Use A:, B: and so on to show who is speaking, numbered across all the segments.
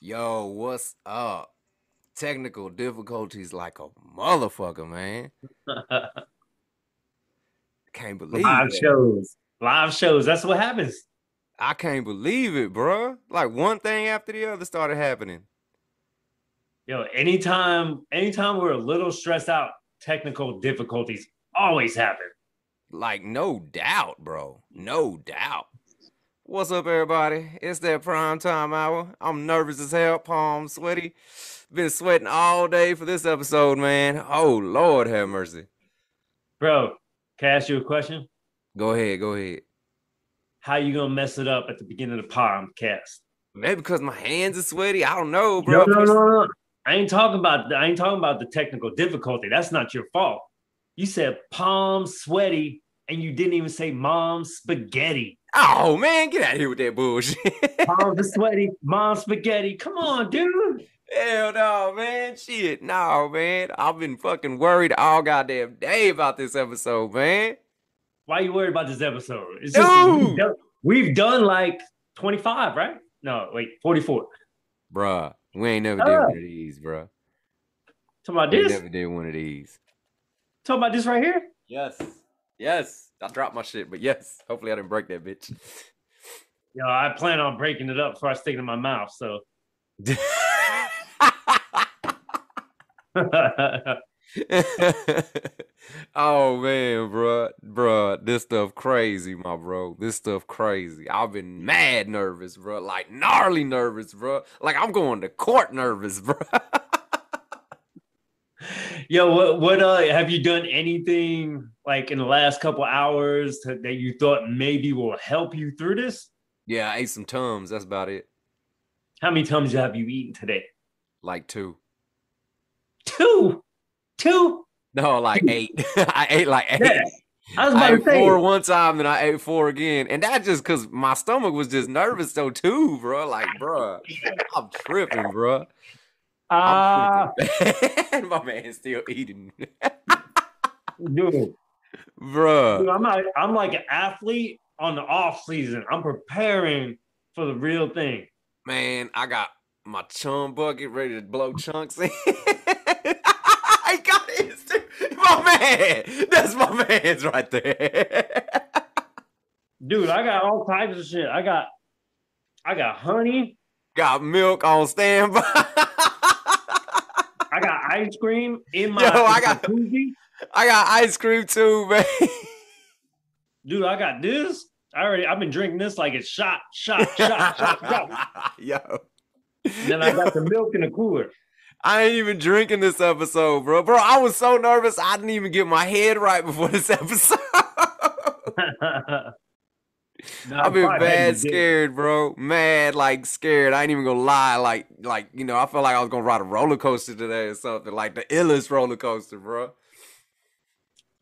A: Yo, what's up? Technical difficulties like a motherfucker, man. Can't believe
B: Live
A: it.
B: shows. Live shows. That's what happens.
A: I can't believe it, bruh. Like one thing after the other started happening.
B: Yo, anytime, anytime we're a little stressed out, technical difficulties always happen.
A: Like, no doubt, bro. No doubt. What's up, everybody? It's that prime time hour. I'm nervous as hell, palm sweaty. Been sweating all day for this episode, man. Oh, Lord have mercy.
B: Bro, can I ask you a question?
A: Go ahead, go ahead.
B: How you gonna mess it up at the beginning of the podcast?
A: Maybe because my hands are sweaty. I don't know,
B: No,
A: bro.
B: no, no, no. I ain't talking about I ain't talking about the technical difficulty. That's not your fault. You said palm sweaty and you didn't even say mom spaghetti.
A: Oh, man, get out of here with that bullshit.
B: Palms are sweaty, mom spaghetti. Come on, dude.
A: Hell no, man. Shit, no, man. I've been fucking worried all goddamn day about this episode, man.
B: Why you worried about this episode? It's
A: Dude.
B: we've done, we've done like 25, right? No, wait, 44.
A: Bruh, we ain't never did one of these, bruh.
B: Talking about
A: We
B: this?
A: never did one of these.
B: Talking about this right here?
A: Yes. Yes. I dropped my shit, but yes. Hopefully I didn't break that bitch.
B: Yo, I plan on breaking it up before I stick it in my mouth. So
A: oh man, bruh. Bruh, this stuff crazy, my bro. This stuff crazy. I've been mad nervous, bruh. Like gnarly nervous, bruh. Like I'm going to court nervous, bruh.
B: Yo, what what uh have you done anything like in the last couple hours to, that you thought maybe will help you through this?
A: Yeah, I ate some Tums. That's about it.
B: How many times have you eaten today?
A: Like two.
B: Two. Two?
A: No, like eight. I ate like eight.
B: Yeah. I was
A: I
B: about
A: ate
B: to say
A: four one time, then I ate four again. And that just because my stomach was just nervous, though, too, bro. Like, bruh, I'm tripping, bro.
B: ah
A: I'm tripping. my man's still eating.
B: dude. Dude,
A: Bruh.
B: I'm like, I'm like an athlete on the off season. I'm preparing for the real thing.
A: Man, I got my chum bucket ready to blow chunks in. I got his, too. My man. That's my man's right there.
B: Dude, I got all types of shit. I got I got honey,
A: Got milk on standby.
B: I got ice cream in my
A: Yo, I got-
B: jacuzzi.
A: I got ice cream too, man.
B: Dude, I got this. I already I've been drinking this like it's shot, shot, shot, shot, shot.
A: Yo.
B: And then I got the milk in the cooler.
A: I ain't even drinking this episode, bro. Bro, I was so nervous I didn't even get my head right before this episode.
B: Nah,
A: I've been
B: probably
A: bad
B: had you did.
A: scared, bro. Mad, like scared. I ain't even gonna lie. Like, like, you know, I felt like I was gonna ride a roller coaster today or something. Like the illest roller coaster, bro.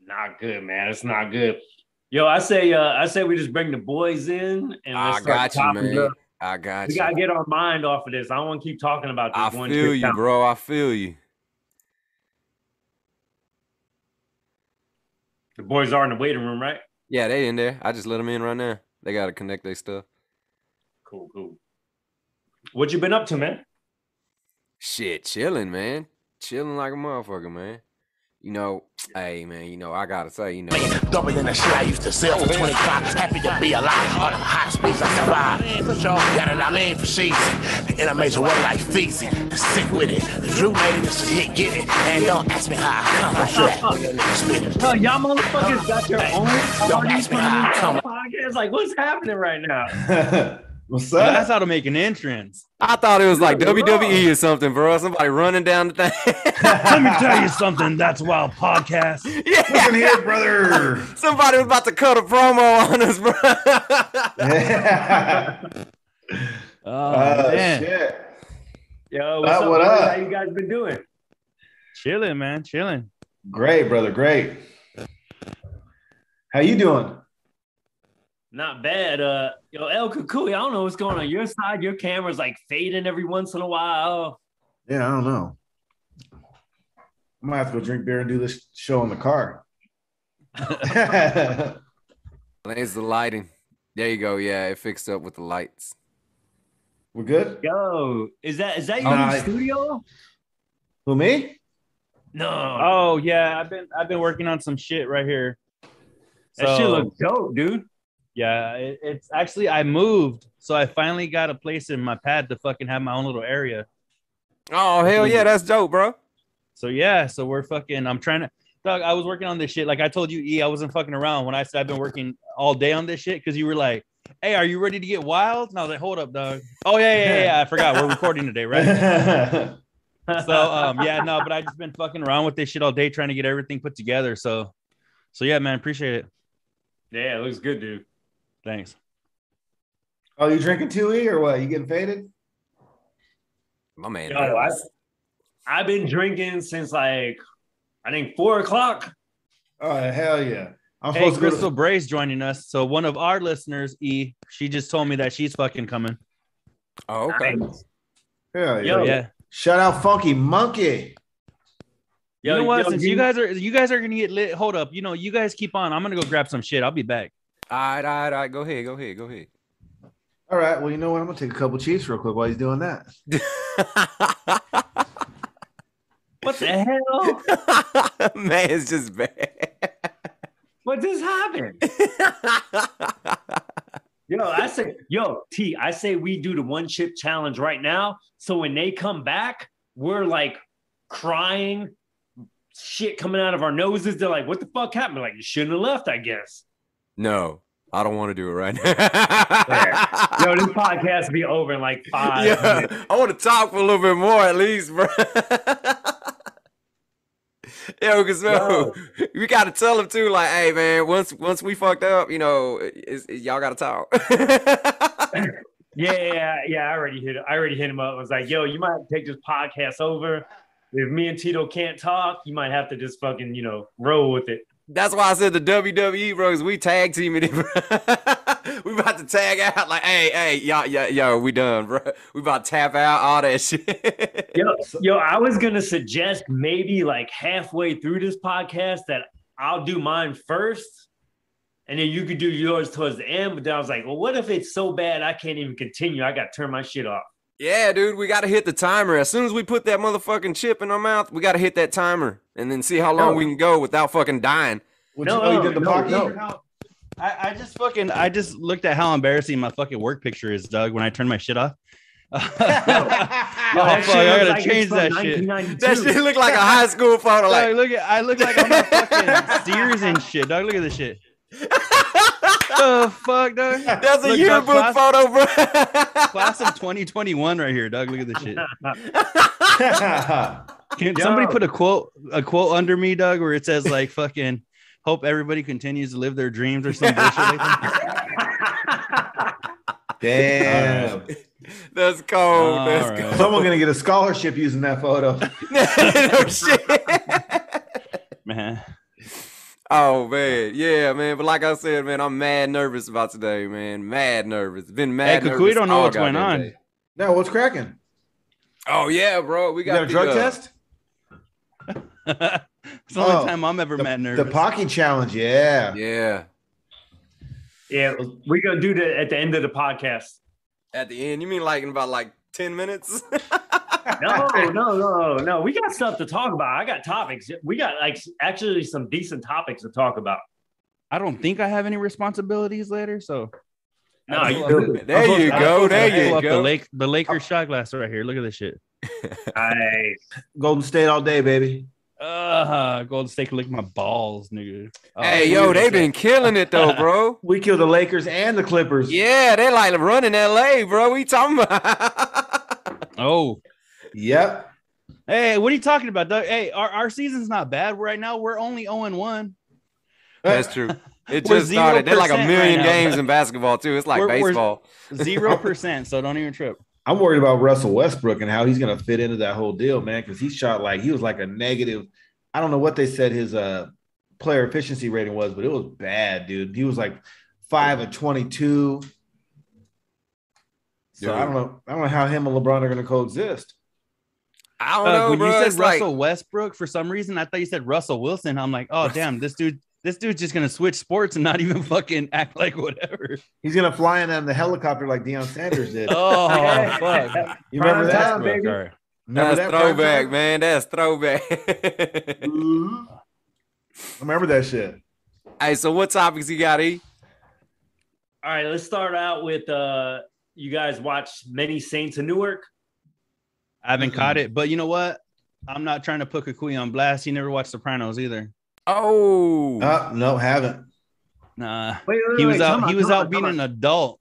B: Not good, man. It's not good. Yo, I say uh I say we just bring the boys in and
A: I
B: let's start
A: got you,
B: chopping it
A: man.
B: up.
A: I got
B: We
A: you.
B: gotta get our mind off of this. I don't want to keep talking about this
A: I
B: one.
A: feel
B: shit
A: you,
B: down.
A: bro. I feel you.
B: The boys are in the waiting room, right?
A: Yeah, they in there. I just let them in right now. They gotta connect their stuff.
B: Cool, cool. What you been up to, man?
A: Shit, chilling, man. Chilling like a motherfucker, man. You know, hey, man. You know, I gotta say, you know,
C: Double in the shit I used to sell for 25. Happy to be alive. On the hot space I survived. So got it, I lean for sheets. In a major way like feces. Sick with it. Drew made it, this is hit, get it. And don't ask me how I come. I trap when your nigga spit it.
B: Hell, y'all motherfuckers got your own
C: Don't ask me how I come.
B: podcast. Like, what's happening right now?
D: What's up? That's how to make an entrance.
A: I thought it was like
B: You're
A: WWE or something, bro. Somebody running down the thing.
D: Let me tell you something. That's wild podcast.
A: yeah,
E: Listen here, brother.
A: somebody was about to cut a promo on us, bro.
D: Oh,
E: Oh,
D: man.
E: shit.
B: Yo, what's
E: Uh,
B: up?
E: what
B: boys?
E: up?
B: How you guys been doing?
D: Chilling, man. Chilling.
E: Great, brother. Great. How you doing?
B: Not bad. Uh, yo, El Kukui, I don't know what's going on your side. Your camera's like fading every once in a while.
E: Yeah, I don't know. I might have to go drink beer and do this show in the car.
A: it's the lighting. There you go. Yeah, it fixed up with the lights.
E: We're good?
B: Yo, is that is that your
E: Nah.
B: new studio?
E: Who, me?
B: No.
D: Oh yeah, I've been I've been working on some shit right here.
B: that shit look dope, dude.
D: yeah, it, it's actually I moved, so I finally got a place in my pad to fucking have my own little area.
A: Oh hell yeah, that's dope, bro.
D: So yeah, so we're fucking. I'm trying to. Doug, I was working on this shit. Like I told you, E, I wasn't fucking around when I said I've been working all day on this shit because you were like, "Hey, are you ready to get wild?" And I was like, "Hold up, dog." Oh yeah, yeah, yeah. yeah I forgot we're recording today, right? so um yeah no but i just been fucking around with this shit all day trying to get everything put together so so yeah man appreciate it
B: yeah, it looks good, dude.
D: thanks
E: oh, you drinking 2E or what? You getting faded?
A: My man.
B: Yo, I, I've been drinking since like I think four o'clock.
E: Oh, hell yeah. I'm
D: hey
E: supposed to go
D: crystal bray's joining us so one of our listeners e she just told me that she's fucking coming
A: oh, okay.
E: to. Hell yeah.
B: Yo,
D: yeah
E: Shout out Funky Monkey.
B: Yo,
D: you know what
B: yo,
D: since you, guys are you guys are gonna get lit hold up you know you guys keep on i'm gonna go grab some shit i'll be back
A: All right, all right, all right. Go ahead, go ahead, go ahead.
E: All right. Well, you know what? I'm gonna take a couple Chiefs real quick while he's doing that.
B: what the hell?
A: man, it's just bad.
B: What just happened? Yo, I say, yo, T, I say we do the one chip challenge right now. So when they come back, we're like crying, shit coming out of our noses. They're like, what the fuck happened? Like, you shouldn't have left, I guess.
A: no, I don't want to do it right now.
B: Yo, this podcast will be over in like five. minutes.
A: yeah, I want to talk for a little bit more at least, bro. Yo, cause bro, we gotta tell them too, like, hey man, once once we fucked up, you know, it's, it's- y'all gotta talk.
B: Yeah, yeah, yeah, yeah. I already hit. I already hit him up. I was like, yo, you might have to take this podcast over. If me and Tito can't talk, you might have to just fucking, you know, roll with it.
A: That's why I said the WWE bros, we tag teaming it, bro. we about to tag out, like, hey, hey, y'all, yo, yo, we done, bro. We about to tap out all that shit.
B: Yo, yo, I was gonna suggest maybe like halfway through this podcast that I'll do mine first, and then you could do yours towards the end. But then I was like, well, what if it's so bad I can't even continue? I got to turn my shit off.
A: Yeah, dude, we gotta hit the timer. As soon as we put that motherfucking chip in our mouth, we gotta hit that timer and then see how long we can go without fucking dying.
E: What
B: No,
E: you, oh, you did the
B: no,
E: Pocky?
B: no.
D: I, I just fucking I just looked at how embarrassing my fucking work picture is, Doug, when I turned my shit off. Oh,
B: Yo,
D: fuck, I gotta
B: looks it's
D: change
B: from
D: that shit.
B: 1992.
A: That shit look like a high school photo.
D: Dog,
A: Like,
D: look at I look like I'm on fucking Sears and shit, dog. Look at this shit. the fuck, dog?
A: that's a
D: Look, dog,
A: yearbook
D: class,
A: photo, bro.
D: class of 2021 right here, dog. Look at this shit.
E: Yo,
D: Can
B: Yo.
D: somebody put a quote a quote under me, Doug, where it says like fucking hope everybody continues to live their dreams or some bullshit like that?
E: Damn.
A: that's cold. that's
D: All
A: cold.
D: right.
E: Someone gonna get a scholarship using that photo.
A: no shit.
D: Man.
A: Oh man, yeah, man. But like I said, man, I'm mad nervous about today, man. Mad nervous. Been
D: Hey,
A: mad.
D: Cuckoo,
A: nervous
D: we don't know
A: all
D: what's going
A: goddamn
D: on.
A: day.
E: Now what's cracking?
A: Oh yeah, bro. We
E: You
A: got,
E: got a
A: the,
E: drug
A: uh,
E: test?
D: it's the only
E: Oh,
D: time I'm ever
E: The,
D: mad
E: the
D: nervous.
E: Pocky challenge, yeah.
A: Yeah.
B: yeah, we're gonna do that at the end of the podcast.
A: At the end, you mean like in about like ten minutes?
B: No, no, no, no. We got stuff to talk about. I got topics. We got like actually some decent topics to talk about.
D: I don't think I have any responsibilities later, so
B: No, you
A: there
B: do.
A: you go.
E: I'm supposed to
A: There
D: pull
A: you
D: up the
A: go.
D: Lake the Lakers shot glass right here. Look at this shit.
B: I,
E: Golden State all day, baby.
D: Uh Golden State lick my balls, nigga. Oh,
A: Hey,
D: look
A: yo,
D: at
A: they
D: this
A: been killing it though, bro.
E: We killed the Lakers and the Clippers.
A: Yeah, they like running LA, bro. We talking about
D: shit. Oh,
E: Yep.
D: hey, what are you talking about, Doug? Hey, our, our season's not bad right now. We're only 0 1.
A: That's true. It
D: We're
A: just started. They're like a
D: 0%
A: million
D: right now.
A: games in basketball too. It's like
D: We're- we're-
A: baseball.
D: 0%. so don't even trip.
E: I'm worried about Russell Westbrook and how he's going to fit into that whole deal, man, because he shot like he was like a negative. I don't know what they said his uh player efficiency rating was, but it was bad, dude. He was like five of 22. So
A: Dude.
E: I don't know. I don't know how him and LeBron are going to coexist.
A: I don't
D: Doug,
A: know,
D: Uh, when
A: bro.
D: you said
A: It's like-
D: Russell Westbrook, for some reason, I thought you said Russell Wilson. I'm like, oh, damn, this dude. This dude's just gonna switch sports and not even fucking act like whatever.
E: He's gonna fly in on the helicopter like Deion Sanders did.
D: Oh
B: Yeah.
D: fuck!
E: You remember
B: Prime
E: that?
B: time, baby.
D: All right.
A: That's
E: Remember that prime
A: throwback,
E: time?
A: man. That's throwback.
E: Mhm. Remember that shit.
A: hey, so what topics you got, E?
B: All right, let's start out with uh you guys watch Many Saints in Newark.
D: I haven't caught it, but you know what? I'm not trying to put Kukui on blast. He never watched Sopranos either.
A: Oh,
E: Uh, no, haven't.
D: Nah,
B: Wait, wait,
D: he
B: wait,
D: was
B: time
D: out. He was
B: time
D: out
B: time
D: being
B: out,
D: an adult.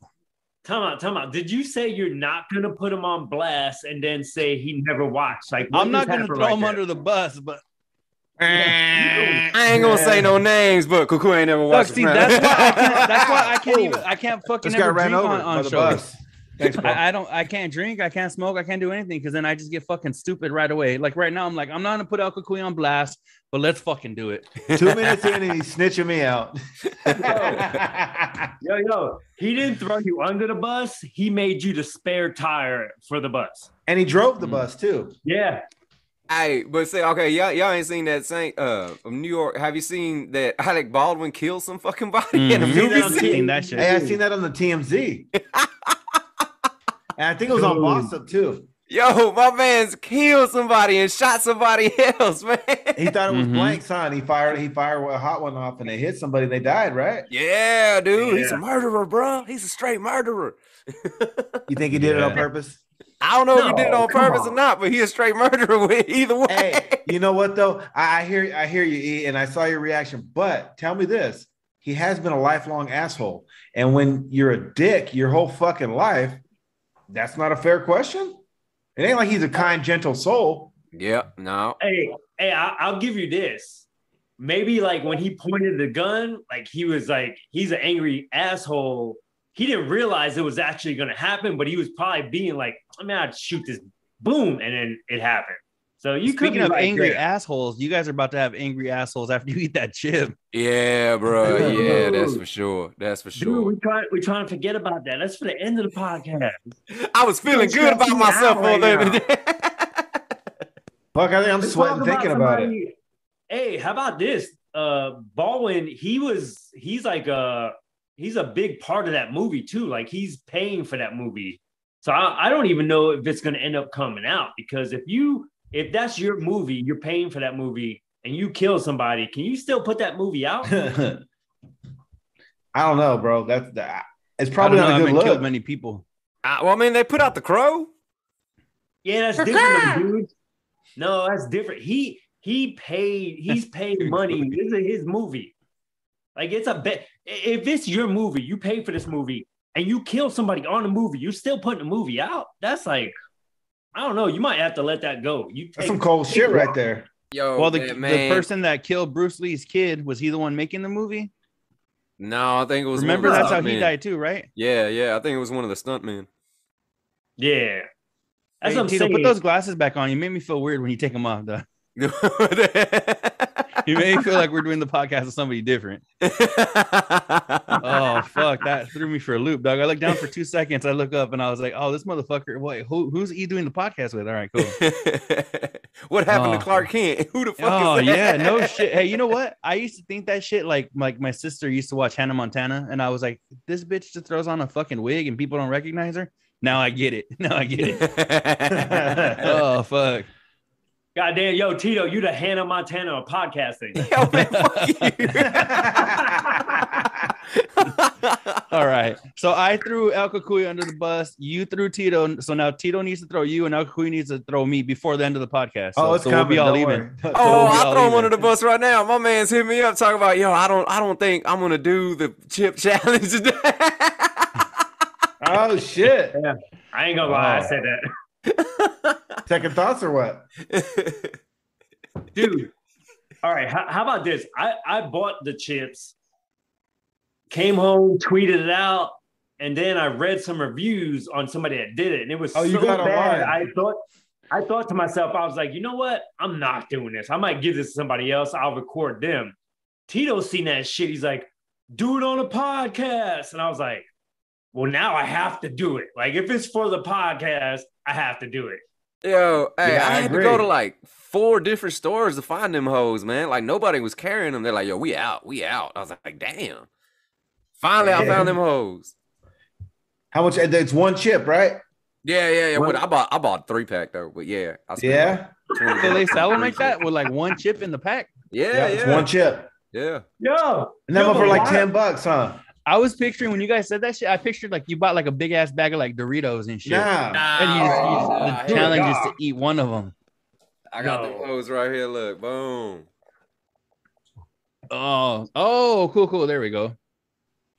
B: time out, time out. Did you say you're not gonna put him on blast and then say he never watched? Like what
D: I'm
B: just
D: not gonna
B: happened
D: throw
B: right
D: him
B: there?
D: under the bus, but
A: I ain't gonna say no names, but Cuckoo ain't never watched.
D: Fuck, see,
A: it, man.
D: that's why I can't, that's why I can't even I can't fucking
E: This guy
D: ever
E: ran
D: drink
E: over
D: on,
E: by
D: on
E: the
D: shows.
E: bus. Thanks, bro.
D: I, I don't I can't drink, I can't smoke, I can't do anything because then I just get fucking stupid right away. Like right now, I'm like, I'm not gonna put Al Kukui on blast, but let's fucking do it.
E: Two minutes in and he's snitching me out.
B: Yo, yo, he didn't throw you under the bus. He made you the spare tire for the bus.
E: and he drove the
D: Mm.
E: bus too.
B: Yeah.
A: Hey, but see, okay, y'all, y'all ain't seen that Saint uh of New York. Have you seen that Alec Baldwin killed some fucking body in a
E: Mm-hmm.
D: Mhm.
A: movie
B: Seen
A: scene?
D: Seen that shit.
E: Hey, I seen that on the TMZ. and I think it was on
B: Dude.
E: Boss Up too.
A: Yo, my man's killed somebody and shot somebody else, man.
E: He thought it was
D: Mhm.
E: blanks on. He fired he fired a hot one off and they hit somebody and they died, right?
A: Yeah, dude, he's a
B: Yeah.
A: murderer, bro. He's a straight murderer.
E: You think he did it on
D: Yeah.
E: purpose?
A: I don't know if he did it
B: No,
A: on
B: come
A: purpose or
B: on.
A: not, but he's a straight murderer with either way.
E: Hey, you know what though? I, I hear I hear you, E, and I saw your reaction. But tell me this: he has been a lifelong asshole, and when you're a dick your whole fucking life, that's not a fair question. It ain't like he's a kind, gentle soul.
A: Yep, no.
B: Hey, hey, I, I'll give you this. Maybe like when he pointed the gun, like he was like, he's an angry asshole. He didn't realize it was actually going to happen, but he was probably being like, I'm going to shoot this boom. And then it happened. So you could
D: Speaking
B: be
D: of
B: right
D: angry
B: there.
D: assholes, you guys are about to have angry assholes after you eat that chip.
A: Yeah, bro. Yeah, that's
B: Dude.
A: for sure. That's for
B: Dude,
A: sure.
B: we try, we're trying to forget about that. That's for the end of the podcast.
A: I was feeling
B: Dude,
A: good
B: stress
A: about
B: me out
A: myself all
B: right
A: day
B: now.
A: today.
E: Fuck, I think I'm
B: Let's
E: sweating
B: talk
E: thinking about it.
B: somebody- Hey, how about this? Uh Baldwin, he was he's like a he's a big part of that movie too. Like he's paying for that movie. So I, I don't even know if it's gonna end up coming out because if you if that's your movie, you're paying for that movie and you kill somebody, can you still put that movie out?
E: I don't know, bro. That's that. It's probably
D: I don't
E: not a
D: know, I
E: good
D: haven't killed
E: look.
D: many people.
A: I, well, I mean, they put out the crow.
B: Yeah, that's different, though, dude. No, that's different. He he paid. He's paid money. This is his movie. Like it's a bet. If it's your movie, you pay for this movie, and you kill somebody on the movie, you're still putting the movie out. That's like, I don't know. You might have to let that go. You
E: That's
B: take,
E: some cold shit right there.
A: Yo,
D: well, the,
A: that
D: the person that killed Bruce Lee's kid was he the one making the movie?
A: No, I think it was. one of
D: Remember
A: the
D: that's how he
A: stuntmen.
D: died too, right?
A: Yeah, yeah. I think it was one of the stuntmen.
B: yeah. That's
D: Hey,
B: what I'm
D: Tito,
B: saying.
D: put those glasses back on. You made me feel weird when you take them off. Though.
A: oh
D: You made me feel like we're doing the podcast with somebody different. Oh fuck, that threw me for a loop, dog. I looked down for two seconds. I look up and I was like, "Oh, this motherfucker! Wait, who, who's he doing the podcast with?" All right, cool.
A: what happened
D: Oh.
A: to Clark Kent? Who the fuck
D: Oh
A: is
D: yeah,
A: that?
D: no shit. Hey, you know what? I used to think that shit like like my sister used to watch Hannah Montana, and I was like, this bitch just throws on a fucking wig and people don't recognize her. Now I get it. Now I get it. oh fuck.
B: Goddamn, yo, Tito, you the Hannah Montana of podcasting.
A: Yo, man,
E: Oh,
A: fuck you.
D: All right. So I threw El Cucuy under the bus. You threw Tito. So now Tito needs to throw you, and El Cucuy needs to throw me before the end of the podcast. So,
E: Oh, it's
D: so
E: coming.
D: we'll be all
E: don't
D: even.
E: worry.
A: Oh,
D: we'll be
A: I'll
D: all
A: throw him
D: even.
A: under the bus right now. My man's hit me up talking about, yo, I don't I don't think I'm gonna do the chip challenge today.
E: oh shit!
B: I ain't gonna lie, I
E: Oh.
B: said that,
E: Second thoughts or what?
B: dude. All right, how, how about this? I I bought the chips came home, tweeted it out, and then I read some reviews on somebody that did it, and it was
E: Oh, you
B: so
E: got
B: bad.
E: online.
B: I thought, I thought to myself, I was like, you know what? I'm not doing this. I might give this to somebody else. I'll record them. Tito seen that shit. He's like, do it on a podcast, and I was like, well, now I have to do it. Like, if it's for the podcast, I have to do it.
A: Yo, hey,
E: Yeah,
A: I,
E: I
A: had to go to
E: agree.
A: like four different stores to find them hoes, man. Like nobody was carrying them. They're like, yo, we out, we out. I was like, damn. Finally, I
E: Yeah.
A: found them hoes.
E: How much? It's one chip, right?
A: Yeah, yeah, yeah.
E: What-
A: What I bought, I bought three pack though. But yeah, I spent like,
E: Yeah.
A: 20
D: So
A: bucks
D: they
A: on
D: sell them
A: three
D: like
A: pack.
D: that with like one chip in the pack.
A: Yeah,
E: Yeah,
A: yeah,
E: It's one chip.
A: yeah.
B: Yo,
E: And that
B: yo,
E: one for
B: but
E: like
B: why-
E: 10 bucks, huh?
D: I was picturing when you guys said that shit. I pictured like you bought like a big ass bag of like Doritos and shit.
E: Nah.
D: And you,
A: Nah,
D: you-
A: hell
D: the challenge is
B: nah.
D: to eat one of them.
A: I got the
B: No.
A: hoes right here. Look, boom.
D: Oh, oh, cool, cool. There we go.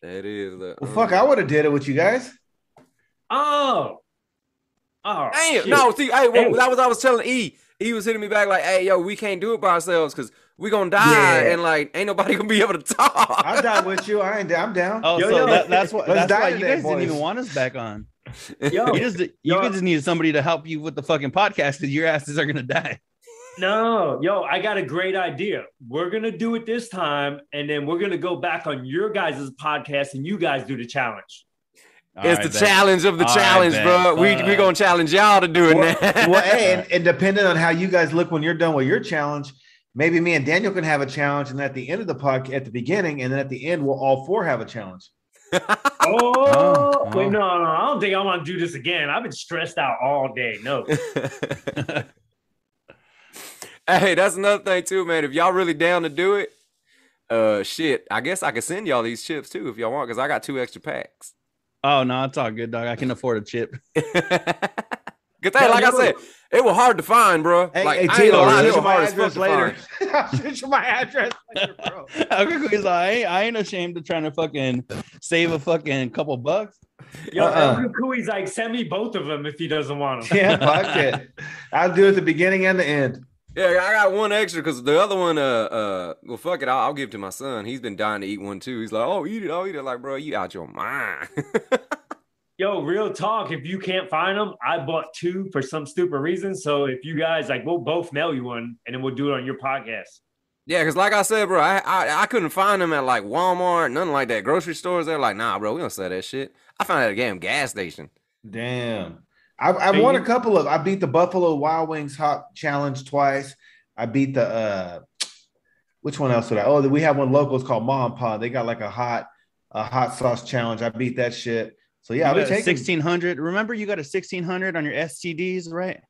A: That is. Look. mm.
E: Well, fuck, I would have did it with you guys.
B: Oh. Oh.
A: Damn,
B: shit.
A: no, see, hey, well,
B: Hey.
A: that was I was telling E. He was hitting me back like, "Hey, yo, we can't do it by ourselves because we gonna die,
E: Yeah.
A: and like, ain't nobody gonna be able to talk."
E: I'll die with you. I ain't down. I'm down.
D: Oh,
B: Yo,
D: so
B: yo.
D: That, that's what
E: Let's
D: that's
E: die
D: why you
E: today,
D: guys didn't even
E: boys.
D: want us back on.
B: Yo,
D: You just you
B: Yo.
D: just needed somebody to help you with the fucking podcast because your asses are gonna die.
B: no, yo, I got a great idea. We're gonna do it this time, and then we're gonna go back on your guys' podcast and you guys do the challenge.
A: it's the challenge of the
D: All right,
A: challenge,
D: bet.
A: bro. We we
D: Fuck.
A: gonna challenge y'all to do it
E: Well,
A: now.
E: well, hey, and, and depending on how you guys look when you're done with your challenge, maybe me and Daniel can have a challenge, and at the end of the podcast, at the beginning, and then at the end, we'll all four have a challenge.
B: Oh,
D: Oh,
B: wait,
D: oh.
B: no, no, I don't think I want to do this again. I've been stressed out all day. No,
A: hey, that's another thing too, man. If y'all really down to do it, uh, shit, I guess I could send y'all these chips too if y'all want, cause I got two extra packs.
D: Oh no, it's all good, dog. I can afford a chip.
A: Cause
B: Yeah,
A: hey, like I
B: yo.
A: said, it was hard to find, bro.
E: Hey,
A: like,
E: hey,
A: I ain't
E: Tito,
A: gonna lie,
E: I'll
A: it was
E: shoot you my
A: hard as fuck to
E: address later.
A: find.
E: I'll shoot you my address later, bro.
D: He's like, I ain't, I ain't ashamed of trying to fucking save a fucking couple bucks.
B: yo,
E: Uh-uh.
B: Uncle Cooey's like, send me both of them if he doesn't want them.
E: Yeah, fuck it. I'll do it at the beginning and the end.
A: Yeah, I got one extra because the other one, uh, uh, well, fuck it, I'll, I'll give it to my son. He's been dying to eat one too. He's like, oh, eat it, I'll eat it. Like, bro, you out your mind.
B: Yo, real talk. If you can't find them, I bought two for some stupid reason. So if you guys like, we'll both mail you one, and then we'll do it on your podcast.
A: yeah, because like I said, bro, I, I I couldn't find them at like Walmart, nothing like that. Grocery stores, they're like, nah, bro, we don't sell that shit. I found it at a damn gas station.
E: Damn. I, I
B: So
E: won
B: you-
E: a couple of I beat the Buffalo Wild Wings Hop Challenge twice. I beat the uh which one else did I? Oh, we have one local, it's called Mom Pond. They got like a hot a hot sauce challenge. I beat that shit. So yeah, I'll
D: You
E: be
D: got a
E: taking
D: 1600. Remember, you got a 1600 on your STDs, right?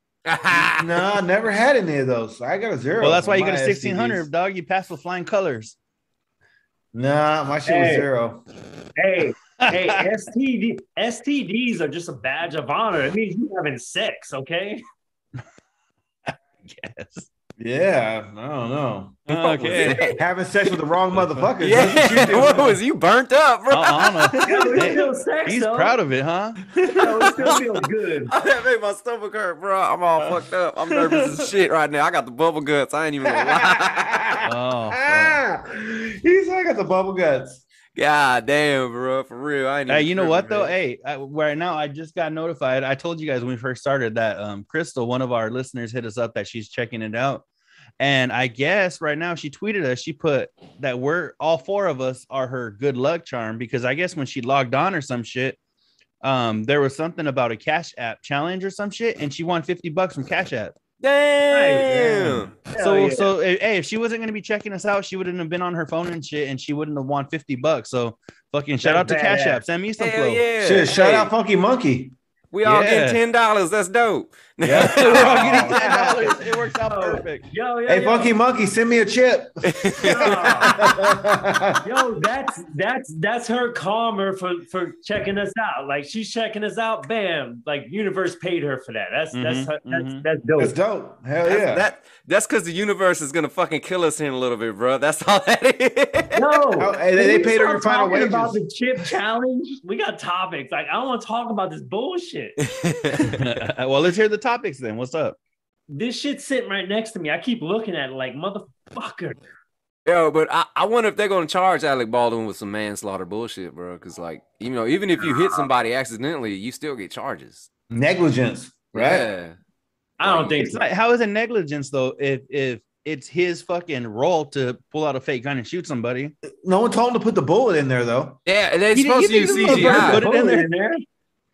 E: No, I never had any of those. I got a zero.
D: Well, that's why
E: on
D: you got a
E: my
D: 1600,
E: STDs.
D: dog. You passed with flying colors.
E: Nah, my shit was
B: Hey.
E: zero.
B: Hey, hey, STD, STDs are just a badge of honor. It means you having sex. Okay.
D: yes.
E: Yeah, I don't know.
D: Okay.
E: Having sex with the wrong motherfuckers.
A: yeah,
E: that's what you do.
A: what was you burnt up,
D: I,
A: bro?
D: I don't know.
B: Yo, it
D: Hey,
B: feels sex,
D: He's
B: though.
D: proud of it, huh?
B: Yo, it still feels good.
D: Oh.
A: that made my stomach hurt, bro. I'm
D: Uh.
A: all fucked up. I'm nervous as shit right now. I got the bubble guts. I ain't even gonna lie.
D: Oh, fuck.
E: Ah, he's like got the bubble guts.
A: God damn, bro, for real. I ain't
D: Hey,
A: even
D: you know what
A: tripping,
D: though?
A: man.
D: Hey, I, right now I just got notified. I told you guys when we first started that um, Crystal, one of our listeners, hit us up that she's checking it out, and I guess right now she tweeted us. She put that we're all four of us are her good luck charm because I guess when she logged on or some shit, um, there was something about a Cash App challenge or some shit, and she won fifty bucks from Cash App.
A: Damn.
D: so
B: Hell yeah.
D: so eh, hey, if she wasn't gonna be checking us out, she wouldn't have been on her phone and shit, and she wouldn't have won fifty bucks. So fucking shout out
B: That's
D: to Cash
B: badass.
D: App. Send me some
A: Hell
D: flow.
A: yeah.
E: Shit, shout
A: Hey,
E: out Funky Monkey.
A: We all
D: Yeah.
A: get ten dollars. That's dope.
E: Yeah.
D: We're all getting
E: Oh.
D: ten dollars. It works out
B: Oh.
D: perfect.
B: Yo, yo,
E: Hey,
B: yo.
E: Funky Monkey, send me a chip.
B: Yo.
E: yeah,
B: Yo, that's that's that's her calmer for for checking us out. Like she's checking us out. Bam! Like universe paid her for that. That's that's
D: Mhm,
B: her, that's
D: mhm.
B: that's
E: that's
B: dope.
E: dope. Hell
A: That's,
E: yeah.
A: that that's because the universe is gonna fucking kill us in a little bit, bro. That's all that is.
B: No,
E: Oh, hey, they- they
B: we
E: paid her your
B: start
E: final
B: talking About the
E: wages.
B: chip challenge, we got topics. Like I don't want to talk about this bullshit.
D: well, let's hear the topics then. What's up?
B: this shit's sitting right next to me. I keep looking at it like motherfucker.
A: Yo, but I, I wonder if they're gonna charge Alec Baldwin with some manslaughter bullshit, bro. Cause like, you know, even if you hit somebody accidentally, you still get charges.
E: Negligence, right?
A: Yeah.
B: I don't think
D: It's
B: so.
D: not, how is it negligence though? If if it's his fucking role to pull out a fake gun and shoot somebody.
E: No one told him to put the bullet in there, though.
A: Yeah, and they're
D: You- you
A: supposed
D: think
A: to use
D: this motherfucker
A: CGI.
D: put it in
B: Bullet
D: there.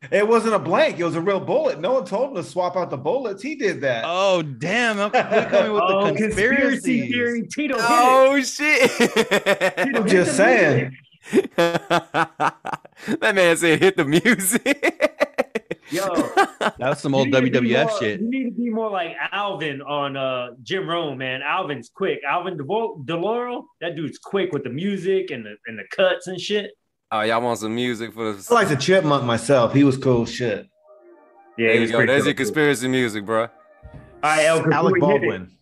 B: there.
E: It wasn't a blank. It was a real bullet. No one told him to swap out the bullets. He did that.
D: Oh damn! Uncle Cliff coming with
B: oh,
D: the conspiracy
B: conspiracy theory. Tito hit it.
A: Oh shit!
B: Tito, hit
E: I'm just
B: the music.
E: saying.
A: that man said, "Hit the music."
B: Yo,
D: That's some old
B: You need to be
D: WWF
B: more-
D: shit.
B: You need to be more like Alvin on uh, Jim Rome, man. Alvin's quick. Alvin DeVo- DeLauro, that dude's quick with the music and the and the cuts and shit.
A: oh, y'all want some music for the?
E: I like the chipmunk myself. He was cool shit.
B: Yeah,
A: there
B: he
A: you
B: was
A: go.
B: pretty
A: There's
B: cool.
A: your conspiracy music, bro.
B: All right, El Capone hit
E: Alec
B: it.
E: Baldwin.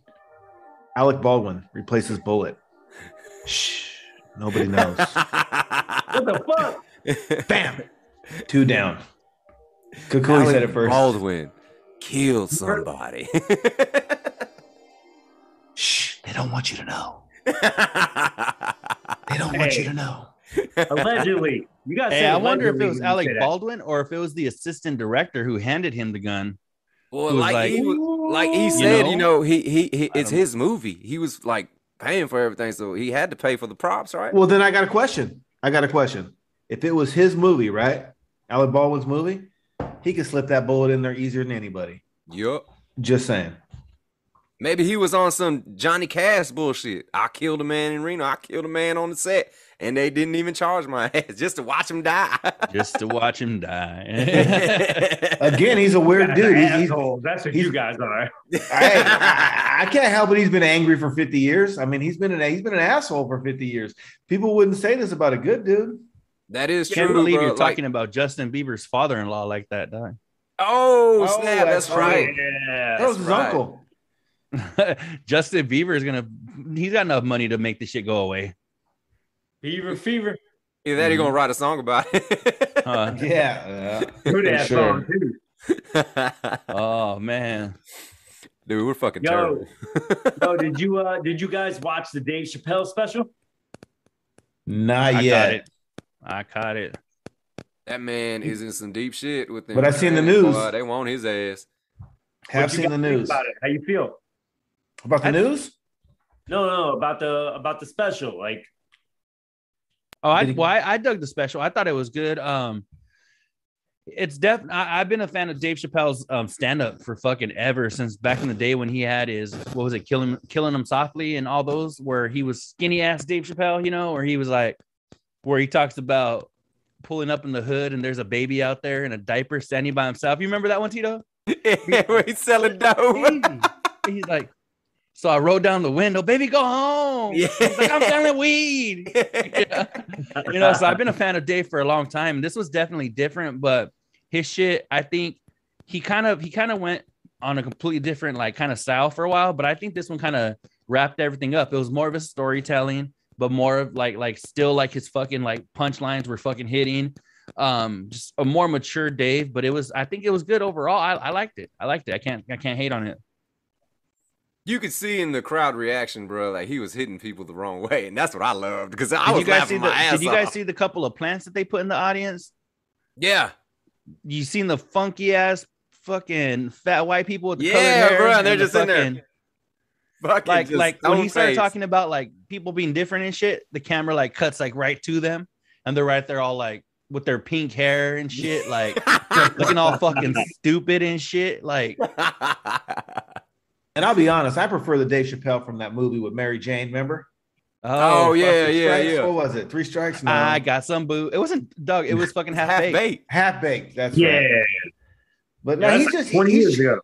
E: Alec Baldwin replaces bullet. Shh. Nobody knows.
B: What the fuck?
E: Bam. Two down. Kukui said it first.
A: Baldwin killed somebody.
C: Shh, they don't want you to know. They don't
B: Hey.
C: know.
B: Allegedly, you got.
D: Hey, I wonder if it was Alec Baldwin or if it was the assistant director who handed him the gun.
A: well,
D: It was
A: like,
D: like-
A: he was, like he said, you know, he, he, he
D: I
A: it's
D: don't-
A: his movie. He was like paying for everything, so he had to pay for the props, right?
E: Well, then I got a question. I got a question. If it was his movie, right? Alec Baldwin's movie, he could slip that bullet in there easier than anybody.
A: yup.
E: Just saying.
A: Maybe he was on some Johnny Cash bullshit. I killed a man in Reno. I killed a man on the set, and they didn't even charge my ass just to watch him die.
D: just to watch him die.
E: Again, he's a weird
B: dude,
E: dude. He's, he's,
B: That's what
E: he's-
B: you guys are.
E: Hey, I, I can't help it. He's been angry for 50 years. I mean, he's been an he's been an asshole for 50 years. People wouldn't say this about a good dude.
A: that is true.
D: Can't believe
A: bro.
D: you're
A: Like-
D: talking about Justin Bieber's father-in-law like that. dog.
A: oh,
E: Oh,
A: snap!
E: that's
A: That's, right.
E: That
B: Yeah.
E: was his
A: right.
E: uncle.
D: Justin Bieber is gonna. He's got enough money to make this shit go away.
B: Fever, fever.
A: Either that, he gonna write a song about it.
D: Huh?
E: Yeah.
B: Good
E: For
B: ass song
E: sure.
B: too.
D: oh man,
A: Dude, we're fucking
B: Yo.
A: terrible.
B: Yo, did you uh did you guys watch the Dave Chappelle special?
E: Not
D: I got
E: yet.
D: it. I caught it.
A: That man is in some deep shit with them.
E: But I seen the
A: Hispanics,
E: news.
A: boy. they want his ass.
E: Have
B: What you
E: seen
B: guys
E: the
B: think
E: news.
B: about it. How you feel?
E: About the
D: I-
E: news?
B: No, no, about the about the special. Like,
D: Oh, I,
E: Did he-
D: well, I, I dug the special. I thought it was good. Um, it's def. I, I've been a fan of Dave Chappelle's um, stand up for fucking ever since back in the day when he had his what was it, killing killing him softly and all those where he was skinny ass Dave Chappelle, you know, where he was like, where he talks about pulling up in the hood and there's a baby out there in a diaper standing by himself. You remember that one, Tito?
A: Where he's selling dope.
D: Easy. He's like, so I rolled down the window, baby, go home.
A: Yeah.
D: He's like, I'm selling weed you know, so I've been a fan of Dave for a long time. This was definitely different, but his shit, I think he kind of he kind of went on a completely different like kind of style for a while, but I think this one kind of wrapped everything up. It was more of a storytelling, but more of like like still like his fucking like punchlines were fucking hitting. Um, just a more mature Dave, but it was I think it was good overall. I, I liked it. I liked it. I can't I can't hate on it.
A: You could see in the crowd reaction, bro, like he was hitting people the wrong way, and that's what I loved because I
D: Did
A: was
D: you guys see
A: laughing
D: the
A: my ass
D: Did you guys
A: off.
D: see the couple of plants that they put in the audience?
A: Yeah,
D: you seen the funky ass fucking fat white people with the
A: Yeah,
D: colored hair
A: bruh, and they're just
D: the
A: in there.
D: fucking-
A: fucking
D: Like,
A: just
D: like when he
A: stone
D: started
A: face.
D: talking about like people being different and shit, the camera like cuts like right to them, and they're right there all like with their pink hair and shit, like looking all fucking stupid and shit. Like, oh,
E: And I'll be honest, I prefer the Dave Chappelle from that movie with Mary Jane, remember?
D: oh,
A: Oh, yeah,
E: Fucking
A: yeah,
E: strikes?
A: yeah.
E: What was it? Three strikes? No.
D: I got some boo. It wasn't dog. It was fucking half,
A: half
D: baked.
A: bait.
E: Half baked. That's
B: yeah,
E: right. But
B: Yeah,
E: no,
B: that's
E: he's
B: like
E: just
B: 20
E: he's,
B: years ago.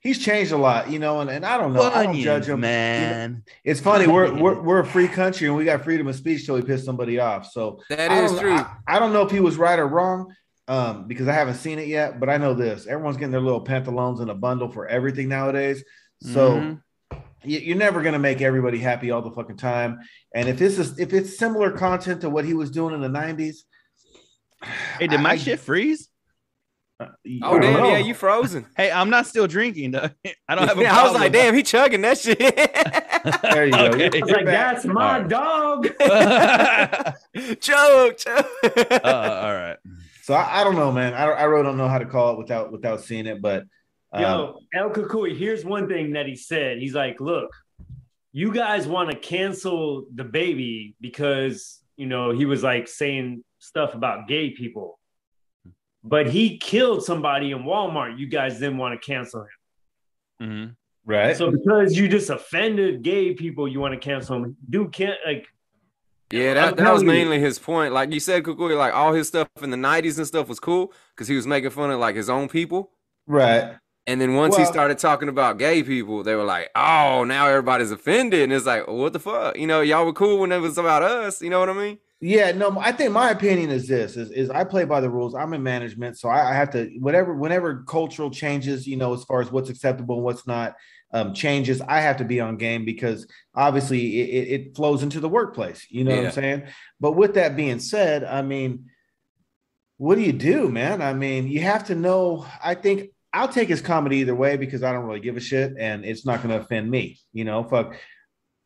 E: he's changed a lot, you know, and, and I don't know. I don't
D: Funyuns,
E: judge him.
D: man.
E: It's funny, we're, we're we're a free country and we got freedom of speech till we piss somebody off. So
A: That
E: I
A: is
E: don't-
A: true.
E: I, I don't know if he was right or wrong um, because I haven't seen it yet, but I know this. Everyone's getting their little pantalones in a bundle for everything nowadays. So
A: Mm-hmm.
D: Mhm.
E: you, you're never going to make everybody happy all the fucking time. And if this is if it's similar content to what he was doing in the '90s,
D: Hey, did my
E: I-
D: shit freeze?
A: oh
E: I don't
A: damn,
E: know.
A: yeah, you frozen.
D: Hey, I'm not still drinking. Dog. I don't have. A
A: yeah, I was like,
D: problem.
A: damn, he chugging that shit.
E: there you go.
D: Okay.
B: I
E: You're-
B: was
E: you're
B: like,
E: back.
B: that's my
D: Alright.
B: dog.
A: chug, chug.
D: Uh, all right.
E: So I, I don't know, man. I, don't- I really don't know how to call it without without seeing it, but. Um,
B: Yo, El Kakui, here's one thing that he said. He's like, look, you guys want to cancel the baby because, you know, he was like saying stuff about gay people. but he killed somebody in Walmart. You guys didn't want to cancel him.
D: Mhm.
E: right?
B: So because you just offended gay people, you want to cancel him. Dude can't like
A: Yeah,
B: I'm
A: that, that was
B: telling you.
A: mainly his point. Like you said, Kukui, like all his stuff in the '90s and stuff was cool because he was making fun of like his own people.
E: right.
A: And then once he
E: Well-
A: started talking about gay people, they were like, "Oh, now everybody's offended," and it's like, well, "What the fuck?" You know, y'all were cool when it was about us. You know what I mean?
E: Yeah, no, I think my opinion is this is, is I play by the rules. I'm in management, so I, I have to whatever whenever cultural changes, you know, as far as what's acceptable and what's not um, changes, I have to be on game because obviously it, it, it flows into the workplace. You know what
A: Yeah.
E: I'm saying? But with that being said, I mean, what do you do, man? I mean, you have to know. I think I'll take his comedy either way because I don't really give a shit and it's not going to offend me. You know, fuck.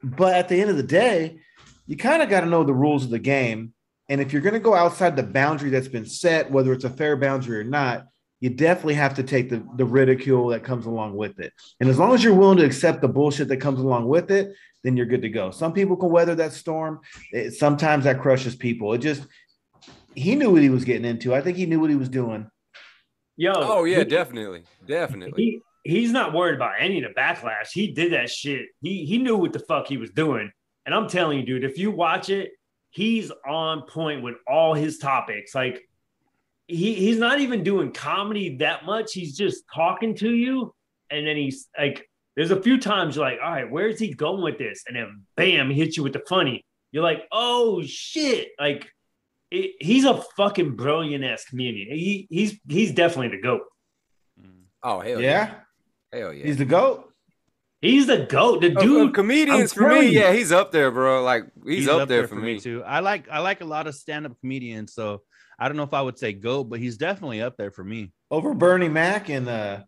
E: But at the end of the day, you kind of got to know the rules of the game. And if you're going to go outside the boundary that's been set, whether it's a fair boundary or not, you definitely have to take the, the ridicule that comes along with it. And as long as you're willing to accept the bullshit that comes along with it, then you're good to go. Some people can weather that storm. It- sometimes that crushes people. It just, he knew what he was getting into. I think he knew what he was doing.
B: yo.
A: Oh yeah,
B: he-
A: definitely, definitely.
B: He he's not worried about any of the backlash. He did that shit. He he knew what the fuck he was doing. And I'm telling you, dude, if you watch it, he's on point with all his topics. Like he he's not even doing comedy that much. He's just talking to you, and then he's like, there's a few times you're like, all right, where is he going with this? And then bam, he hits you with the funny. You're like, oh shit, like. It, he's a fucking brilliant ass comedian. He, he's he's definitely the goat.
A: Oh hell yeah,
E: Yeah.
A: hell yeah.
E: He's the GOAT.
B: He's the goat. The
A: Of- of
B: dude.
A: comedians
B: I'm
A: for me,
B: telling you.
A: yeah, he's up there, bro. Like he's, up, there, for me.
D: too. I like I like a lot of stand up comedians, so I don't know if I would say goat, but he's definitely up there for me.
E: over Bernie Mac and uh,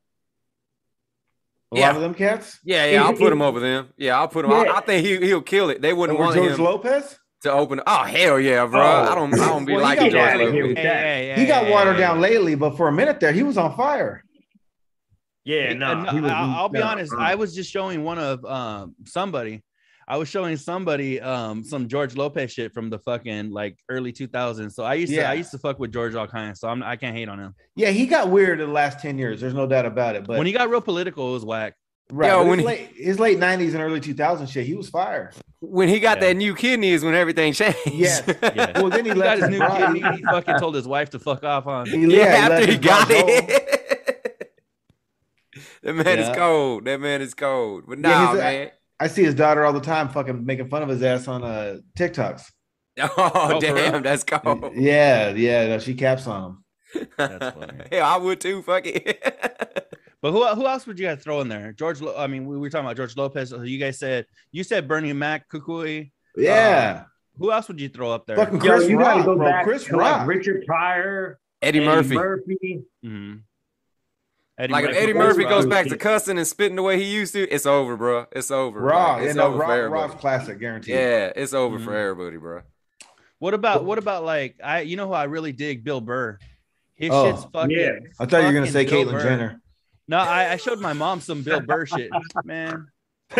E: a
A: Yeah.
E: lot of them cats.
A: Yeah, yeah, I'll put him over them. Yeah, I'll put him. I,
B: Yeah.
A: I think he he'll kill it. They wouldn't
E: Over
A: want
E: George
A: him
E: Lopez.
A: to open. Oh hell yeah, bro.
B: Oh.
A: I don't I don't be
E: Well, he
A: liking
E: got
A: George
E: outta here
A: Lopez.
E: with-
D: Hey,
B: that.
D: hey,
E: He
D: hey,
E: got
D: hey,
E: watered
D: hey.
E: down lately, but for a minute there, he was on fire.
B: Yeah,
D: And,
B: no.
D: uh,
B: he was-
D: I'll, I'll be
B: no,
D: honest.
B: uh,
D: I was just showing one of um somebody. I was showing somebody um some George Lopez shit from the fucking like early 2000s. So I used to
E: Yeah.
D: I used to fuck with George all kinds. So I'm I can't hate on him.
E: Yeah, he got weird in the last ten years. There's no doubt about it. But
D: when he got real political, it was whack.
E: right,
A: Yeah,
E: but
A: when
E: his,
A: he-
E: late, his late '90s and early 2000s shit, he was fire.
A: When he got
D: Yeah.
A: that new kidney is when everything changed.
E: Yes.
D: Yeah.
E: Well, then he
D: He got
E: left
D: his
E: his
D: new
E: bride.
D: kid. He, he fucking told his wife to fuck off on.
E: He-
A: yeah,
E: yeah, left
A: after he
E: his
A: got
E: bride home.
A: it. that man
E: Yeah.
A: is cold. That man is cold. But
E: Yeah, he's
A: nah,
E: a-
A: man.
E: I see his daughter all the time, fucking making fun of his ass on uh, TikToks.
A: Oh,
D: for real?
A: damn, that's cold.
E: Yeah, yeah, no, she caps on him.
D: That's funny.
A: yeah, I would too. Fuck it.
D: But who who else would you guys throw in there? George. Lo- I mean, we were talking about George Lopez. so You guys said you said Bernie Mac, Kukui.
E: Yeah,
D: Who else would you throw up there?
E: fucking
B: yo,
E: Chris
B: you gotta
E: Rock,
B: go
E: bro.
B: back
E: Chris
B: to, like,
E: Rock.
B: Richard Pryor,
A: Eddie Murphy.
B: Murphy.
D: Mhm. Eddie
A: like
D: Murphy.
A: if Eddie
B: Chris
A: Murphy
B: Rock
A: goes
B: was
A: back to
B: good.
A: cussing and spitting the way he used to, it's over, bro. It's over.
E: Raw,
A: Like,
E: you
A: it's
E: know,
A: over
E: Raw,
A: for everybody.
E: Raw's classic, guaranteed.
A: Yeah, it's over for
D: Mhm.
A: everybody, bro.
D: What about what about like I? You know who I really dig? Bill Burr. His
E: Oh,
D: shit's fucking.
B: yeah.
E: I thought you were gonna
D: fucking
E: say
D: Bill
E: Caitlyn
D: Burr.
E: Jenner.
D: No, I, I showed my mom some Bill Burr shit, man.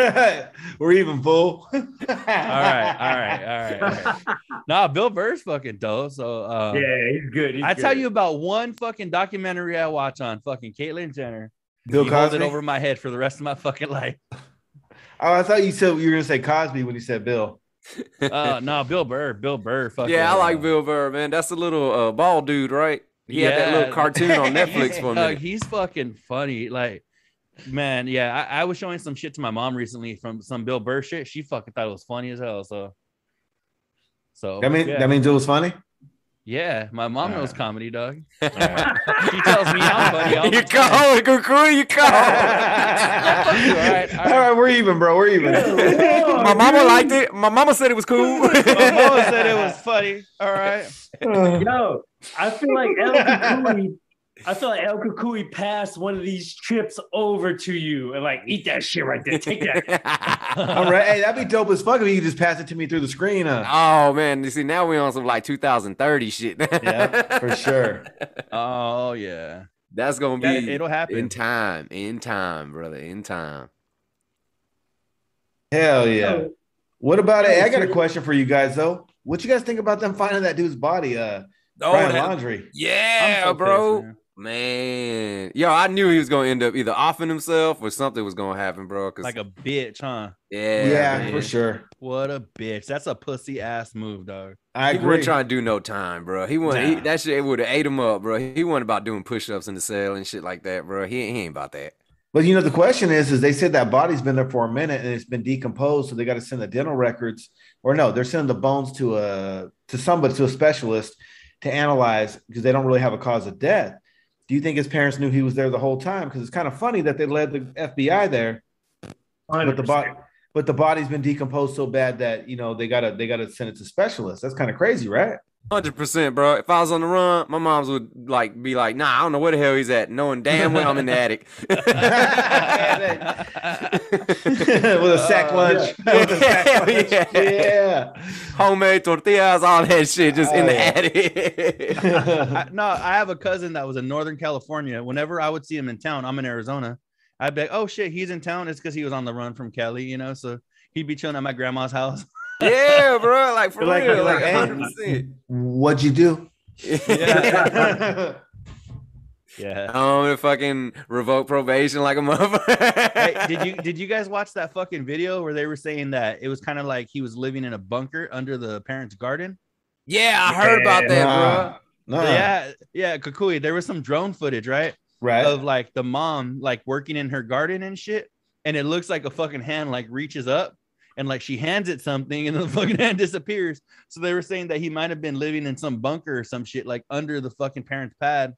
E: We're even full. all
D: All right, all right, all right. all right. Nah, Bill Burr's fucking dope. So uh,
B: yeah, he's good. he's
D: I tell
B: good.
D: you about one fucking documentary I watch on fucking Caitlyn Jenner.
E: Bill
D: you hold
E: Cosby.
D: it over my head for the rest of my fucking life.
E: Oh, I thought you said you were gonna say Cosby when you said Bill.
D: Uh, no, Bill Burr, Bill Burr. Fucking,
A: yeah, I like
D: uh,
A: Bill Burr, man. That's the little uh, bald dude, right? He had that
D: Yeah.
A: little cartoon on Netflix for a
D: Dog,
A: minute.
D: he's fucking funny. Like, man, yeah. I, I was showing some shit to my mom recently from some Bill Burr shit. She fucking thought it was funny as hell. So, so
E: That means
D: yeah.
E: that means it was funny.
D: yeah, my mom knows
E: Alright.
D: comedy, dog.
E: Alright.
D: She tells me how funny. all
A: you
D: the time.
A: cold, Kukui, you cold.
D: right, all right.
E: all right, we're even, bro. We're even.
A: My mama liked it. My mama said it was cool.
D: My mama said it was funny. All right.
B: Yo, I feel like El Kukui. I feel like El Kukui passed one of these trips over to you and like eat that shit right there. Take that.
E: all right, hey, that'd be dope as fuck if you could just pass it to me through the screen. Huh?
A: oh man, you see now we on some like 2030 shit.
E: Yeah, for sure.
D: Oh yeah.
A: That's gonna
D: Yeah,
A: be
D: it'll happen.
A: in time, in time, brother, in time.
E: Hell yeah.
B: Yo,
E: What about it? I got a question for you guys though. What you guys think about them finding that dude's body? Uh,
A: Oh,
E: Brian
A: that-
E: Laundry.
A: yeah,
D: so pissed,
A: bro.
D: man.
A: Man, yo, I knew he was gonna end up either offing himself or something was gonna happen, bro. Cause
D: Like a bitch, huh?
A: yeah,
E: Yeah,
A: man.
E: for sure.
D: What a bitch. That's a pussy ass move, dog.
E: I
A: he
E: agree.
A: wasn't trying to do no time, bro. He wasn't.
E: Nah.
A: He, that shit would have ate him up, bro. He wasn't about doing push-ups in the cell and shit like that, bro. He, ain't- he ain't about that.
E: But you know, the question is, is they said that body's been there for a minute and it's been decomposed, so they got to send the dental records, or no, they're sending the bones to a to somebody to a specialist to analyze because they don't really have a cause of death. Do you think his parents knew he was there the whole time? Because it's kind of funny that they led the FBI there, but the body, but the body's been decomposed so bad that you know they gotta they gotta send it to specialists. That's kind of crazy, right?
A: Hundred percent, bro. If I was on the run, my mom's would like be like, "Nah, I don't know where the hell he's at," knowing damn well I'm in the attic.
E: With a sack lunch. With a sack lunch.
A: Yeah.
E: yeah.
A: Homemade tortillas, all that shit, just in the
E: Oh.
A: attic.
D: I, no, I have a cousin that was in Northern California. Whenever I would see him in town, I'm in Arizona. I'd be like, oh shit, he's in town. It's because he was on the run from Kelly, you know? So he'd be chilling at my grandma's house.
A: yeah, bro. Like for
B: You're like,
A: real, like
E: like, hey.
A: hundred percent.
E: What'd you do?
D: Yeah.
A: Um, and fucking revoke probation like a motherfucker.
D: hey, did you did you guys watch that fucking video where they were saying that it was kind of like he was living in a bunker under the parents' garden?
A: Yeah, I heard about that, bro.
E: Nah. Nah.
D: Yeah, yeah, Kukui. There was some drone footage, right?
E: Right.
D: Of like the mom like working in her garden and shit. And it looks like a fucking hand like reaches up and like she hands it something and the fucking hand disappears. So they were saying that he might have been living in some bunker or some shit, like under the fucking parents' pad.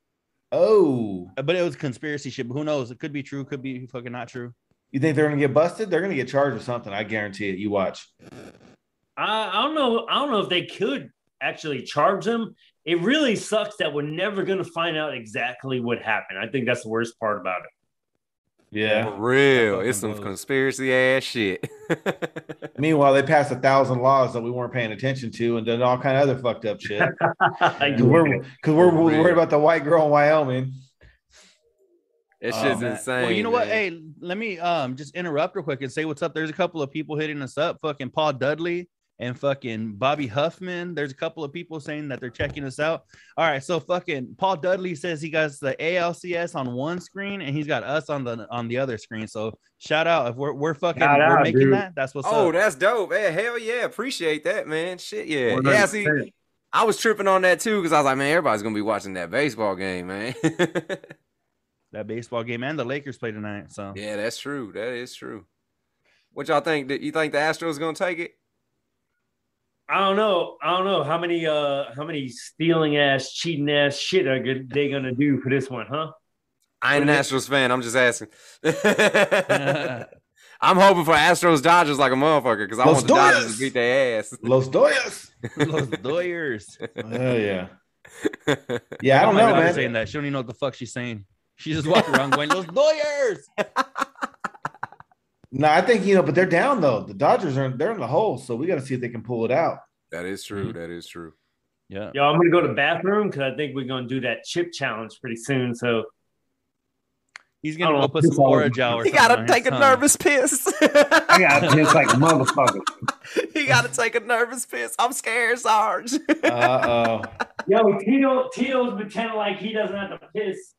E: oh.
D: But it was conspiracy shit. But who knows? It could be true, could be fucking not true.
E: You think they're gonna get busted? They're gonna get charged with something. I guarantee it. You watch.
B: I, I don't know. I don't know if they could actually charge him. It really sucks that we're never going to find out exactly what happened. I think that's the worst part about it.
E: Yeah.
A: For real, it's
D: Fucking
A: some
D: blows.
A: conspiracy ass shit.
E: Meanwhile, they passed a thousand laws that we weren't paying attention to, and done all kind of other fucked up shit. Because we're because we're
A: For real.
E: worried about the white girl in Wyoming.
A: That
E: Oh,
A: shit's
E: man.
A: insane.
D: Well, you know what?
A: man.
D: Hey, let me um just interrupt real quick and say what's up. There's a couple of people hitting us up. Fucking Paul Dudley and fucking Bobby Huffman. There's a couple of people saying that they're checking us out. All right, so fucking Paul Dudley says he got the ALCS on one screen and he's got us on the on the other screen. So shout out if we're we're fucking
B: Shout
D: we're
B: out,
D: making
B: dude.
D: that. That's what's
A: Oh,
D: up.
A: that's dope. Hey, hell yeah. Appreciate that, man. Shit, yeah. Yeah, see, I was tripping on that too because I was like, man, everybody's going to be watching that baseball game, man.
D: that baseball game and the Lakers play tonight. So
A: yeah, that's true. That is true. What y'all think? You think the Astros going to take it?
B: I don't know. I don't know how many uh how many stealing ass, cheating ass shit are good, they gonna do for this one, huh?
A: I ain't an Astros fan. I'm just asking. I'm hoping for Astros Dodgers like a motherfucker because I
E: Let's
A: want the
E: do
A: Dodgers
E: this.
A: to beat their ass.
E: Los Doyas.
D: Los Doyers. Oh
E: Oh yeah. Yeah, I don't
D: My
E: know,
D: daughter's
E: man.
D: Saying that she don't even know what the fuck she's saying. She just walked around going Los Doyers.
E: No, I think you know, but they're down though. The Dodgers are they're in the hole, so we got to see if they can pull it out.
A: that is true. That is true.
D: Yeah.
B: Yo, I'm gonna go to the bathroom because I think we're gonna do that chip challenge pretty soon. So
D: He's
B: I
D: gonna
B: don't
D: go
B: know,
D: put some
B: piss all over
D: aura gel or
A: He
D: something
A: gotta
D: on his
A: take a
D: tongue.
A: nervous piss.
B: I got pissed like a motherfucker.
A: he gotta take a nervous piss. I'm scared, Sarge.
E: Uh oh.
B: Yo, Tito Tito's pretending like he doesn't have to piss.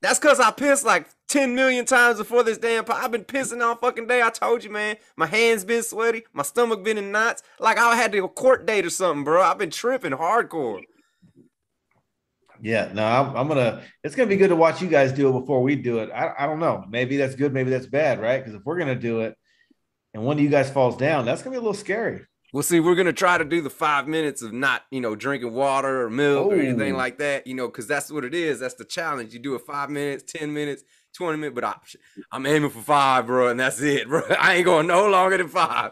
A: That's because I pissed like 10 million times before this damn pod. I've been pissing all fucking day. I told you, man. My hands been sweaty. My stomach been in knots. Like I had to a court date or something, bro. I've been tripping hardcore.
E: Yeah, no, I'm, I'm gonna. It's gonna be good to watch you guys do it before we do it. I, I don't know. Maybe that's good. Maybe that's bad, right? Because if we're gonna do it, and one of you guys falls down, that's gonna be a little scary.
A: Well, see, we're gonna try to do the five minutes of not, you know, drinking water or milk or anything
E: Oh.
A: like that, you know, because that's what it is. That's the challenge. You do it five minutes, ten minutes, twenty minutes, but I, I'm aiming for five, bro, and that's it, bro. I ain't going no longer than five.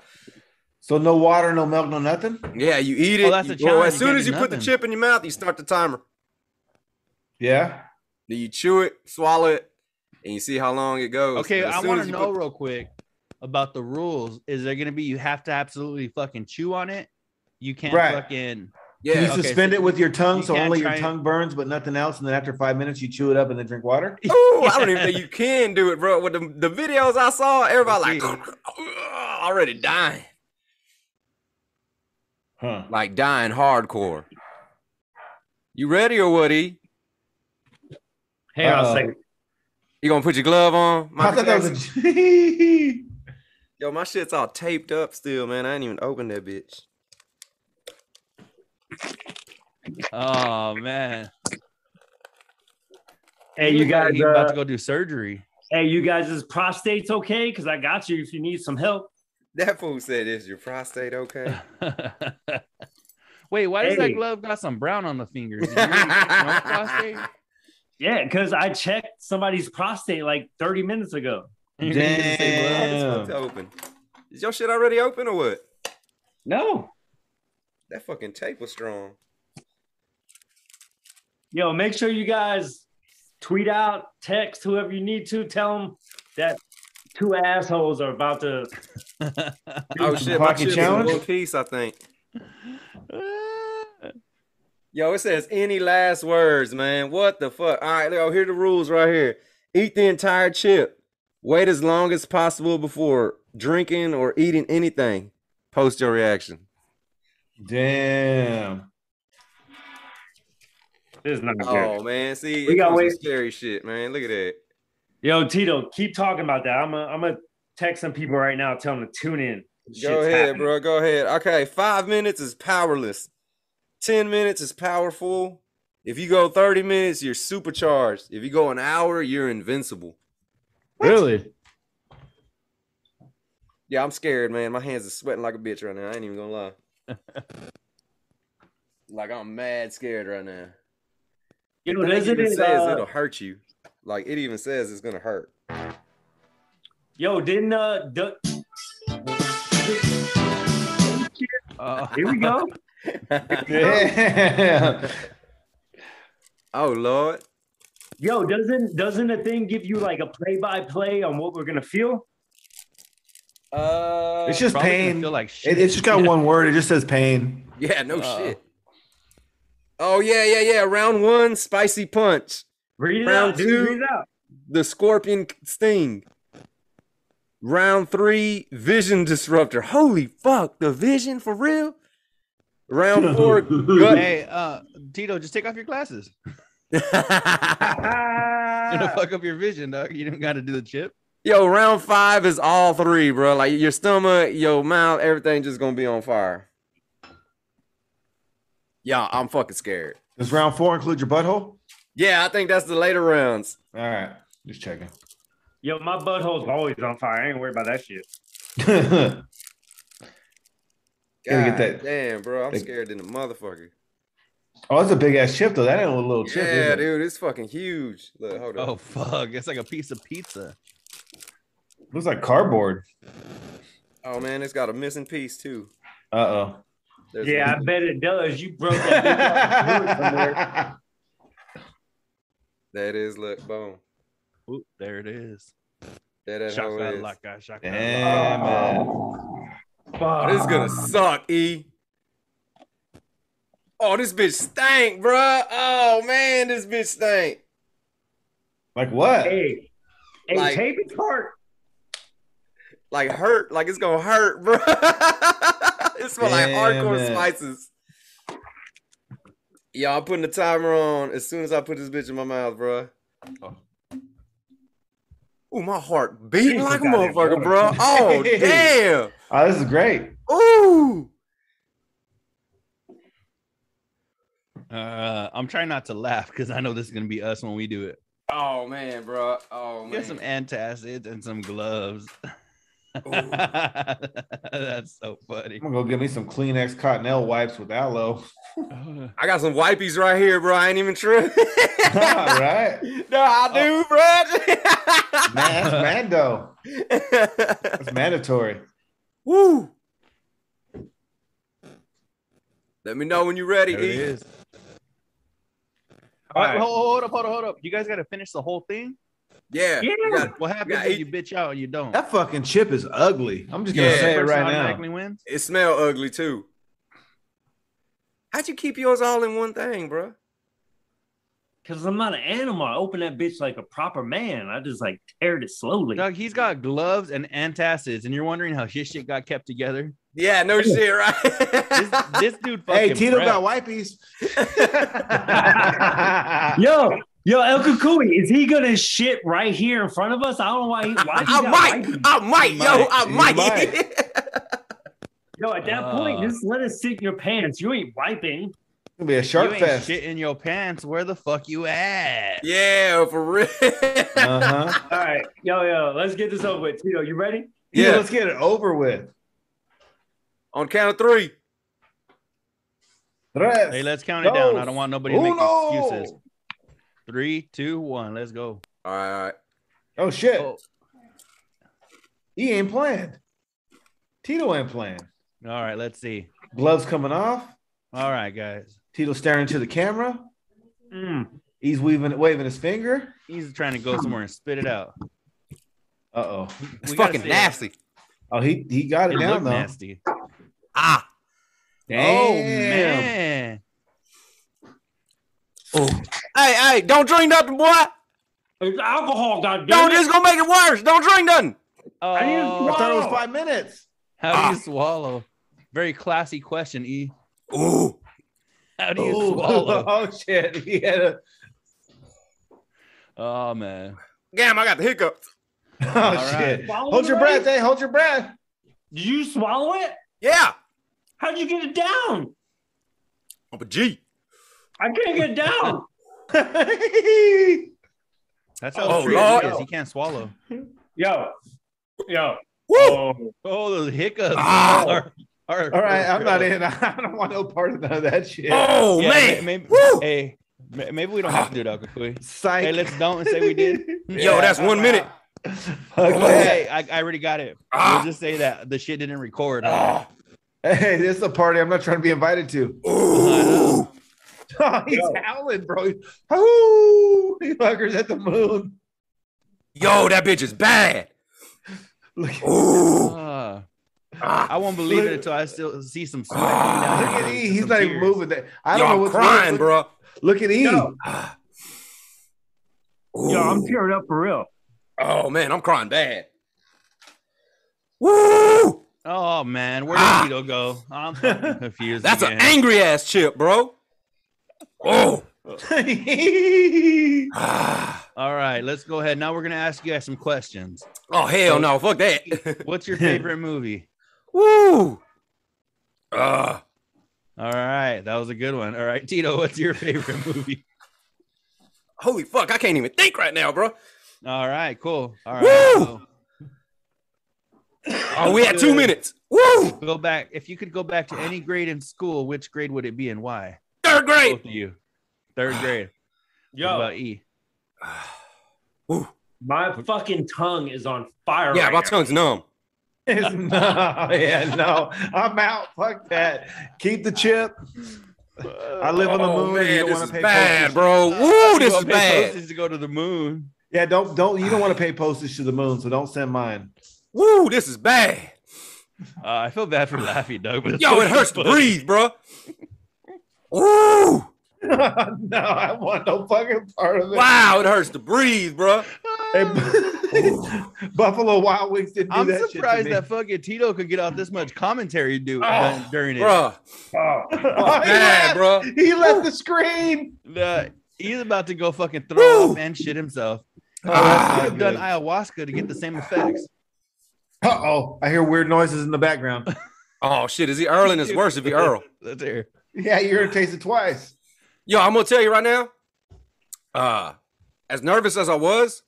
E: So no water, no milk, no nothing.
A: Yeah, you eat it.
D: Oh, that's
A: you
D: the
A: go-
D: challenge.
A: as
D: You
A: soon
D: can't
A: as
D: do
A: you put the
D: nothing.
A: chip in your mouth, you start the timer.
E: Yeah.
A: Then you chew it, swallow it, and you see how long it goes.
D: Okay,
A: But as
D: I
A: soon
D: want
A: as
D: to
A: you
D: know
A: put-
D: real quick about the rules. Is there gonna be you have to absolutely fucking chew on it? You can't
E: Right.
D: fucking
E: Can you
A: yeah.
D: okay,
E: suspend
D: so
E: it with your tongue
D: you
E: so
D: can't
E: only your
D: try it.
E: tongue burns, but nothing else? And then after five minutes, you chew it up and then drink water.
A: Oh, I don't even think you can do it, bro. With the, the videos I saw, everybody
D: Let's
A: like already dying,
E: Huh.
A: like dying hardcore. You ready or what, E?
B: Hang on a
E: Uh-oh.
B: second.
A: You gonna put your glove on?
E: I
A: Michael
E: thought that
A: Jackson?
E: was a.
A: Yo, my shit's all taped up still, man. I ain't even opened that bitch.
D: Oh man.
B: Hey, you
D: Looks like
B: guys.
D: he about
B: Uh,
D: to go do surgery.
B: hey, you guys. Is prostate's okay? Because I got you if you need some help.
A: That fool said, "Is your prostate okay?"
D: Wait, why does that
B: Hey.
D: glove got some brown on the fingers? Did you really get your own prostate?
B: Yeah, because I checked somebody's prostate like 30 minutes ago.
D: You're gonna use the same glove?
A: It's
E: Damn.
A: fucked open. Is your shit already open or what?
B: No.
A: That fucking tape was strong.
B: Yo, make sure you guys tweet out, text whoever you need to. Tell them that two assholes are about to.
A: Oh shit, my shit
E: pocket
A: was in
E: challenge?
A: one piece, I think. Yo, it says any last words, man. What the fuck? All right, yo, here are the rules right here. Eat the entire chip. Wait as long as possible before drinking or eating anything. Post your reaction.
E: Damn.
B: This is not good.
A: Oh man, see,
B: We
A: it
B: got
A: comes with
B: way-
A: scary shit, man. Look at that.
B: Yo, Tito, keep talking about that. I'm gonna I'm gonna text some people right now, tell them to tune in.
A: Go
B: Shit's
A: ahead,
B: happening.
A: bro. Go ahead. Okay, five minutes is powerless. Ten minutes is powerful. If you go thirty minutes, you're supercharged. If you go an hour, you're invincible.
E: Really?
A: Yeah, I'm scared, man. My hands are sweating like a bitch right now. I ain't even gonna lie. like I'm mad scared right now.
B: You know,
A: And it
B: isn't
A: even
B: it,
A: says
B: uh,
A: it'll hurt you. Like it even says it's gonna hurt.
B: yo, didn't uh du-
A: Uh.
D: Oh.
B: here we go.
E: Damn.
A: oh Lord.
B: Yo, doesn't doesn't a thing give you like a play by play on what we're gonna feel?
A: Uh
E: It's just
D: Probably gonna
E: pain.
D: Feel like
E: It,
D: shit.
E: it's just got one word. It just says pain.
A: Yeah, no
B: uh.
D: Uh-oh.
A: shit. Oh yeah, yeah, yeah. Round one, spicy punch.
B: Read it
A: Round
B: out, dude.
A: two.
B: Read it out.
A: The scorpion sting. Round three, vision disruptor. Holy fuck, the vision for real. Round four, gut.
D: Hey, uh, Tito, just take off your glasses. You're gonna
B: Ah,
D: fuck up your vision, dog. You don't got to do the chip.
A: Yo, round five is all three, bro. Like your stomach, your mouth, everything just gonna be on fire. Yeah, I'm fucking scared.
E: Does round four include your butthole? All
A: Yeah, I think that's the later rounds.
E: right. Just checking.
B: yo, my butthole's always on fire. I ain't worried about that shit.
E: Gotta
A: God
E: get that.
A: Damn, bro, I'm
E: Thank-
A: scared in the motherfucker.
E: Oh, that's a big ass chip though. That ain't a little chip. is
A: Yeah,
E: it?
A: dude, it's fucking huge. Look, hold on.
D: Oh fuck, it's like a piece of pizza.
E: Looks like cardboard.
A: Oh man, it's got a missing piece too.
E: Uh
A: There's
B: Yeah,
A: one.
B: I bet it does. You broke that big off the board somewhere.
E: oh.
A: that is look boom.
D: Oop, there it is.
A: That that hoe
D: Shaka
A: is.
D: laka, shaka laka.
E: Damn it.
B: Fuck.
A: Oh, This is gonna
E: Ah.
A: suck, E. Oh, this bitch stank, bruh. Oh man, this bitch stank.
E: Like what?
B: Hey, hey,
A: Like-
B: tape it apart.
A: Like hurt, like it's gonna hurt, bruh. it smell like
E: Damn
A: hardcore
E: it.
A: spices. Y'all I'm putting the timer on as soon as I put this bitch in my mouth, bruh. Ooh, my heart beating
B: Jesus,
A: like a
B: I didn't
A: motherfucker, bruh.
E: want it.
A: Oh damn.
E: Oh, this is great.
A: Ooh.
D: Uh, I'm trying not to laugh because I know this is gonna be us when we do it.
A: Oh man, bro. Oh man.
D: Get some antacids and some gloves.
E: Oh.
A: Ooh.
D: That's so funny.
E: I'm gonna go get me some Kleenex Cottonelle wipes with aloe.
A: I got some wipies right here, bro. I ain't even true.
E: All right.
A: no, I
E: Man, that's Mando.
A: do, bro.
E: That's mandatory.
A: Woo. Let me know when you're ready.
D: There it
A: E.
D: is. All right,
B: All right.
D: Hold, hold up, hold up, hold up. You guys gotta finish the whole thing.
A: Yeah.
B: Yeah.
A: you got-
D: What happens
A: Yeah,
D: if
A: it-
D: you bitch out and you don't?
E: That fucking chip is ugly. I'm just gonna
A: Yeah.
E: say it
D: Person
E: right now.
D: automatically wins.
A: it smell ugly too. How'd you keep yours all in one thing, bro?
B: Cause I'm not an animal. I open that bitch like a proper man. I just like teared it slowly.
D: Doug, he's got gloves and antacids, and you're wondering how his shit got kept together.
A: Yeah, no shit, right?
D: This, this dude fucking.
E: Hey, Tito
D: prepped.
E: got wipies.
B: Yo, yo, El Kukui, is he gonna shit right here in front of us? I don't know why. He, why he
A: I
B: got
A: might,
B: white-
A: I might, yo, I
E: You
A: might.
B: Yo, at that point,
D: Uh.
B: just let it sit in your pants. You ain't wiping.
E: It'll be a
D: You
E: shark
D: ain't
E: fest.
D: shit in your pants. Where the fuck you at?
A: yeah, for real.
D: Uh,
E: Uh-huh.
B: All right, yo, yo, let's get this over with. Tito, you ready?
E: Yeah.
A: Yeah.
E: let's get it over with.
A: On count of three.
E: Tres.
D: Hey, let's count it down. I
E: Dos,
D: don't want nobody to make
E: uno.
D: excuses. Three, two, one. Let's go.
A: All right, all right.
E: Oh shit.
D: Oh,
E: He ain't playing. Tito ain't playing.
D: all right. Let's see.
E: Gloves coming off.
D: All right, guys.
E: Tito staring to the camera.
B: Mm.
E: He's weaving, waving his finger.
D: He's trying to go somewhere and spit it out.
E: Uh oh.
A: It's
D: We gotta
A: fucking
D: see it.
A: nasty.
E: Oh, he he got
D: It
E: it, down
D: looked
E: though.
D: nasty.
A: Ah.
D: Oh
E: Damn.
D: man.
A: Hey, hey, don't drink nothing, boy.
B: It's alcohol, goddamn.
A: Don't, it's gonna make it worse. Don't drink nothing.
D: Oh,
B: I didn't
E: I thought it was
B: Whoa.
E: five minutes.
D: how do you swallow? Very classy question, E.
A: Ooh.
D: How do you
E: Ooh.
D: swallow?
E: oh shit. He had a
D: Oh man.
A: Damn, I got the hiccups.
E: oh
D: right.
E: shit.
B: Swallow
E: Hold
B: it
E: your
B: already?
E: breath, hey. Hold your breath.
B: Did you swallow it?
A: Yeah,
B: How'd you get it down?
A: I'm a G.
B: I couldn't get it down.
D: That's how
A: Oh,
D: serious
A: Lord.
D: he is. He can't swallow.
B: yo, yo.
A: Woo!
B: Oh,
D: Oh, those hiccups.
A: Ow.
D: Are- are-
E: Ah. All right, I'm not
D: are-
E: in. I don't want no part of none of that shit.
A: Oh
D: Yeah,
A: man.
D: may- Maybe,
A: Woo!
D: hey, may- maybe we don't have to do that, Kakui.
E: Psych.
D: Hey, let's don't say we did.
A: Yo, that's one
E: I'm
A: minute.
E: out. Fuck
D: Okay,
E: that.
D: I, I already got it.
A: Ah.
D: We'll just say that the shit didn't record.
A: Ah.
E: Hey, this is a party I'm not trying to be invited to.
A: Ooh.
E: He's howling, bro. Hoo! He fuckers at the moon.
A: Yo, that bitch is bad.
E: Look,
A: Ooh.
D: Ah.
A: Ah.
D: I won't believe it until I still see some sweat.
A: Ah.
E: look at E. He's not even moving. That I
A: Yo,
E: don't know
A: I'm
E: what's
A: crying,
E: look,
A: bro.
E: Look at E.
B: Yo.
A: Ah.
B: yo, I'm
A: Ooh.
B: tearing up for real.
A: Oh man, I'm crying bad. Woo!
D: Oh man, where
A: Ah.
D: did Tito go? I'm fucking confused.
A: That's an
D: again.
A: angry ass chip, bro. Oh. Ah.
D: All right, let's go ahead. Now we're gonna ask you guys some questions.
A: Oh hell no, fuck that.
D: What's your favorite movie?
A: Woo! Uh,
D: All right, that was a good one. All right, Tito, what's your favorite movie?
A: holy fuck, I can't even think right now, bro.
D: All right, cool. All right,
A: Woo!
D: so
A: Oh, we had two minutes. Woo!
D: go back. If you could go back to any grade in school, which grade would it be and why?
A: Third
D: Both
A: grade.
D: of you, third grade. What
B: Yo,
D: about E?
A: Woo.
B: my fucking tongue is on fire.
A: Yeah,
B: right
A: my
B: now.
A: tongue's numb.
E: It's- no, yeah, no. I'm out. Fuck that. Keep the chip. I live on the
A: Oh,
E: moon. you
A: man,
E: don't
A: this
E: want
A: is
E: to pay
A: bad,
E: postage.
A: bro. Woo, this
D: You
A: is
D: gonna pay
A: bad.
D: postage To go to the moon.
E: Yeah, don't don't you don't want to pay postage to the moon, so don't send mine.
A: Woo, this is bad.
D: Uh, I feel bad for Laffy, Doug. But
A: Yo, it hurts to breathe, bro. Woo!
E: no, I want no fucking part of it.
A: Wow, it hurts to breathe, bro.
E: Hey, Bu- Buffalo Wild Wings didn't do
D: I'm
E: that
D: surprised
E: shit to
D: that fucking Tito could get out this much commentary do uh,
A: Oh,
D: during it.
A: Bro,
B: Oh,
E: me. Oh, he
A: bad,
E: left.
A: bro.
E: He left the screen.
D: The- Uh, he's about to go fucking throw
A: Woo!
D: up and shit himself.
E: Oh,
A: Ah,
D: he could have done ayahuasca to get the same effects.
E: Uh oh, I hear weird noises in the background.
A: Oh shit, is he Earl? And it's worse if he Earl.
D: Let's hear.
E: Yeah, you heard it tasted twice.
A: Yo, I'm gonna tell you right now. Uh, as nervous as I was,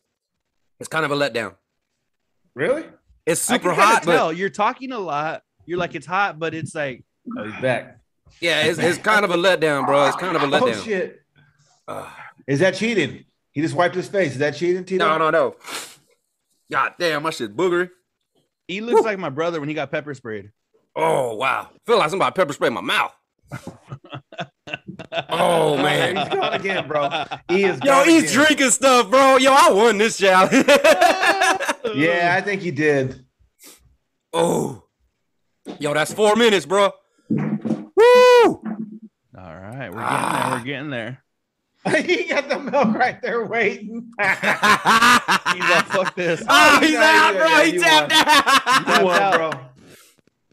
A: it's kind of a letdown.
E: Really?
A: It's
D: I
A: super
D: can kinda
A: hot,
D: tell.
A: but
D: You're talking a lot. You're like it's hot, but it's like
E: Oh, he's back.
A: yeah, it's, it's kind of a letdown, bro. It's kind of a
E: Oh
A: letdown.
E: shit!
A: Uh,
E: Is that cheating? He just wiped his face. Is that cheating, Tito?
A: no, no, no. God damn, my shit boogery.
D: he looks like my brother when he got pepper sprayed.
A: Oh wow, feel like somebody pepper sprayed my mouth. oh man,
E: he's gone again, bro. He is.
A: yo,
E: gone
A: he's
E: again.
A: drinking stuff, bro. Yo, I won this challenge.
E: Yeah, I think he did.
A: oh, yo, that's four minutes, bro. Woo! Oh,
D: All right, we're getting
A: Ah.
D: there. We're getting there.
E: he got the milk right there waiting.
D: He's like, fuck this.
A: Oh, he's
E: Yeah,
A: out,
E: yeah,
A: bro.
E: yeah,
A: he
E: you
A: tapped out.
E: Tapped
D: won,
E: out.
D: bro.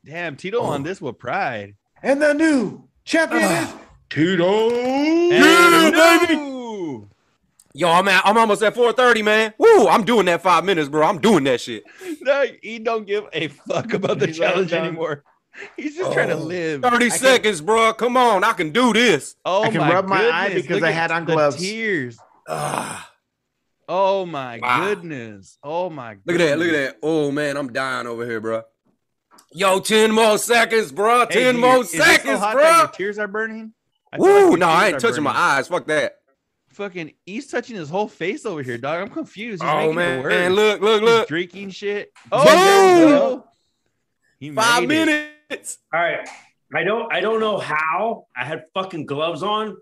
D: Damn, Tito
A: Oh.
D: on this with pride.
E: And the new champion
A: Ah.
E: is Tito.
A: Yeah, baby.
D: Ooh.
A: Yo, I'm at, I'm almost at 4:30, man. Woo, I'm doing that five minutes, bro. I'm doing that shit.
D: No, he don't give a fuck about the
E: He's like,
D: challenge
E: "Done."
D: anymore. He's just trying to
E: Oh.
D: live.
A: 30 seconds, bro. Come on, I can do this.
D: Oh
E: I can
D: my
E: rub my eye
D: goodness,
E: because
D: look
E: I
D: at
E: had on
D: the
E: gloves.
D: Tears.
A: Ah,
D: Oh my
A: Wow.
D: goodness. Oh my.
A: look at that. Look at that. Oh man, I'm dying over here, bro. Yo, 10 more seconds, bro. 10 more seconds,
D: Your
A: bro.
D: tears are burning. I feel like
A: Woo,
D: your
A: no, I
D: tears
A: ain't
D: are
A: touching my
D: burning.
A: eyes. Fuck that.
D: Fucking, he's touching his whole face over here, dog. I'm confused. He's
A: Oh
D: making
A: man,
D: the words.
A: man, look, look,
D: He's
A: look.
D: drinking shit.
A: Boom!
D: there we go. He
A: Five
D: made it.
A: minutes.
B: All right. I don't I don't know how I had fucking gloves on,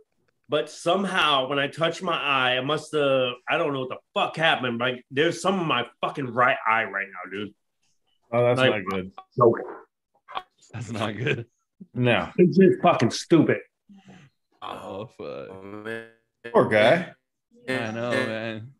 B: but somehow when I touched my eye, I must have I don't know what the fuck happened, but there's some of my fucking right eye right now, dude.
E: Oh, that's
B: Like-
E: not good.
B: So
D: That's not good.
E: No.
B: it's just fucking stupid.
D: Oh fuck.
A: man.
E: Poor guy.
D: I know, man.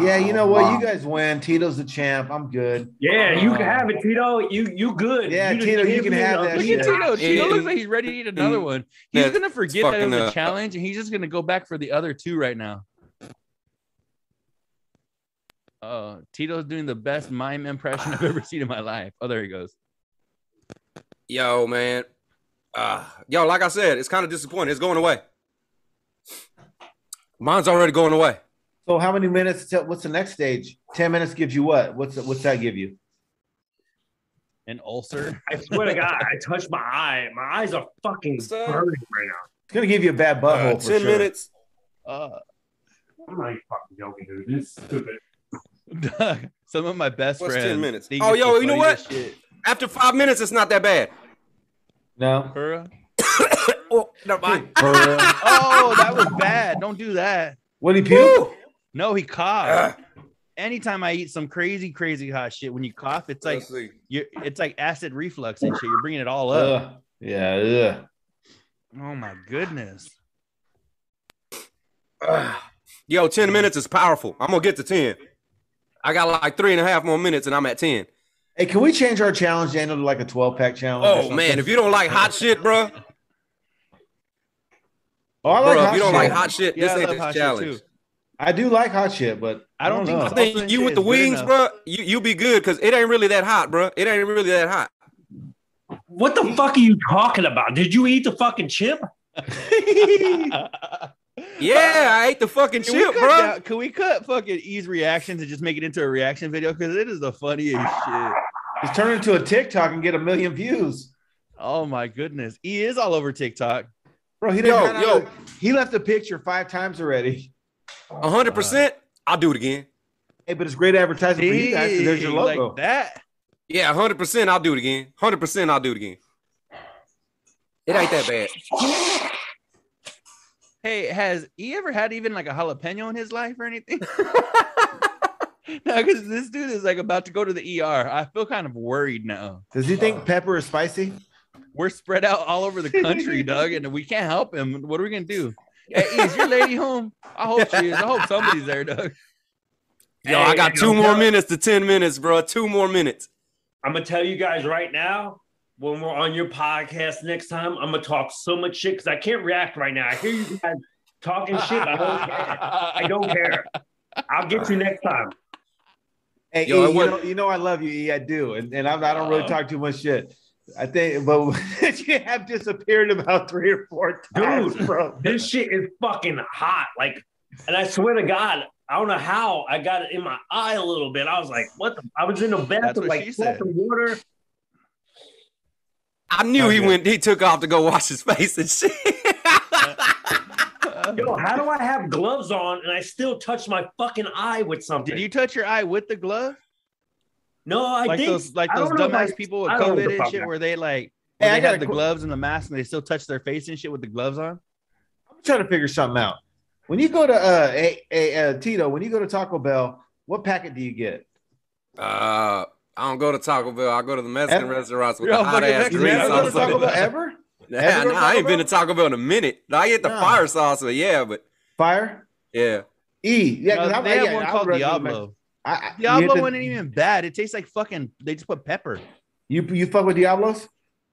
E: Yeah, you know what? You
B: got
E: guys win. Tito's the champ. I'm good.
B: Yeah, you can have it, Tito. You you good.
E: Oh. Yeah,
B: you just
E: Tito, you
B: gave
E: can
B: me
E: have
B: a-
E: that
D: Look
E: shit.
D: at Tito. Tito
A: Yeah.
D: looks like he's ready to eat another
A: Mm.
D: one. He's
A: That's
D: gonna forget that it was
A: fucking
D: a
A: up.
D: challenge, and he's just gonna go back for the other two right now. Uh, Tito's doing the best mime impression I've ever seen in my life. Oh, there he goes.
A: Yo, man. Uh, yo, like I said, it's kind of disappointing. It's going away. Mine's already going away.
E: So how many minutes? till- what's the next stage? Ten minutes gives you what? What's what's that give you?
D: An ulcer.
B: I swear to God, I touched my eye. My eyes are fucking
A: So-
B: burning right now.
E: It's gonna give you a bad
A: Uh,
E: butthole. for
A: 10
E: sure.
A: minutes.
D: Uh,
B: I'm not even fucking joking, dude. This is stupid.
D: Doug, some of my best
A: What's 10
D: friends.
A: minutes?
D: think
A: Oh,
D: it's
A: yo,
D: the
A: you know
D: funniest
A: what?
D: shit.
A: After five minutes, it's not that bad.
E: No.
D: For real?
A: oh, never mind.
E: For real.
A: uh,
D: Oh, that was bad. Don't do that.
E: What he puke?
A: Woo!
D: No, he
A: Ugh.
D: coughed. Anytime I eat some crazy, crazy hot shit, when you cough, it's like
A: Let's see.
D: you it's like acid reflux and shit. You're bringing it all up.
E: Ugh. Yeah. Ugh.
D: Oh my goodness.
A: Ugh. Yo, 10 minutes is powerful. I'm going to get to 10. I got like three and a half more minutes and I'm at 10.
E: Hey, can we change our challenge, Daniel, to like a 12 pack challenge? or
A: Oh,
E: something?
A: man. If you don't like hot shit, bro,
E: oh, I like
A: bro if
E: hot
A: you don't
E: shit.
A: like hot shit,
D: Yeah, I
A: this ain't
D: love hot
A: this
D: shit,
A: challenge.
D: too.
E: I do like hot shit, but
D: I don't think
E: know.
A: I
D: so.
A: think
D: Salsa
A: you
D: and
A: with
D: shit
A: the
D: is good
A: wings,
D: enough.
A: bro, you, you be good because it ain't really that hot, bro. It ain't really that hot.
B: What the fuck are you talking about? Did you eat the fucking chip?
A: Yeah, I ate the fucking
D: Can we,
A: chip,
D: cut
A: bro.
D: down- can we cut fucking E's reactions and just make it into a reaction video? Because it is the funniest shit.
E: Just turn it into a TikTok and get a million views.
D: Oh my goodness. E is all over TikTok.
E: Bro, he
A: Yo,
E: didn't ran out
A: yo.
E: of- he left the picture five times already.
A: A hundred percent. I'll do it again.
E: Hey, but it's great advertising for you guys. 'cause There's your
D: Dang,
E: logo.
D: Like that.
A: Yeah, a hundred percent. I'll do it again. Hundred percent. I'll do it again. It ain't that bad.
D: Hey, has E ever had even like a jalapeno in his life or anything? no, because this dude is like about to go to the ER. I feel kind of worried now.
E: Does he think pepper is spicy?
D: We're spread out all over the country, Doug, and we can't help him. What are we gonna do? Hey, E, is your lady home? I hope she is. I hope somebody's there, Doug.
A: Yo, I got
B: Hey,
A: two
B: yo,
A: more
B: yo.
A: minutes to ten minutes, bro. Two more minutes.
B: I'm gonna tell you guys right now. When we're on your podcast next time, I'm gonna talk so much shit because I can't react right now. I hear you guys talking shit. I don't care. I don't care. I'll get you next time.
E: Hey,
A: Yo,
E: E,
A: I
E: you,
A: would-
E: know, you know I love you, E. I do, and, and I'm, I don't really talk too much shit. I think, but you have disappeared about three or four times,
B: Dude.
E: bro.
B: This shit is fucking hot. Like, and I swear to God, I don't know how I got it in my eye a little bit. I was like, what the? I was in the bathroom,
D: what
B: like,
D: she
B: salt
D: said.
B: and water.
A: I knew he
E: Okay.
A: went. He took off to go wash his face and shit.
B: Yo, how do I have gloves on and I still touch my fucking eye with something?
D: Did you touch your eye with the glove?
B: No, I
D: like
B: think
D: those like
B: I
D: those
B: don't know if I-
D: dumbass people with
B: I don't know
D: COVID
B: the
D: and shit
B: fuck.
D: where they like
E: Hey,
D: where
E: I
D: they
E: got
D: have
E: a
D: the
E: que-
D: gloves and the mask and they still touch their face and shit with the gloves on.
E: I'm trying to figure something out. When you go to uh, a, a, uh Tito, when you go to Taco Bell, what packet do you get?
A: Uh, I don't go to Taco Bell. I go to the Mexican
E: Ever-
A: restaurants with
D: Yo,
A: the hot
D: fucking
A: ass
D: Mexican
E: You
A: green
E: never
D: restaurant.
E: go
A: sauce.
E: to
D: Taco
E: Taco
A: on
E: Bell
A: it.
E: ever?
A: Nah,
E: Have you
A: nah,
E: heard
A: I
E: Taco
A: ain't been to
E: Bell?
A: Taco Bell in a minute. I get the
E: Nah.
A: fire sauce, but yeah, but
E: Fire.
A: yeah.
E: E. Yeah, 'cause
D: No,
E: I'm-
D: they have
E: yeah,
D: one
E: I
D: called
E: would recommend-
D: Diablo.
E: I- I- you hit
D: Diablo
E: the-
D: wasn't even bad. It tastes like fucking. They just put pepper.
E: You you fuck with Diablos?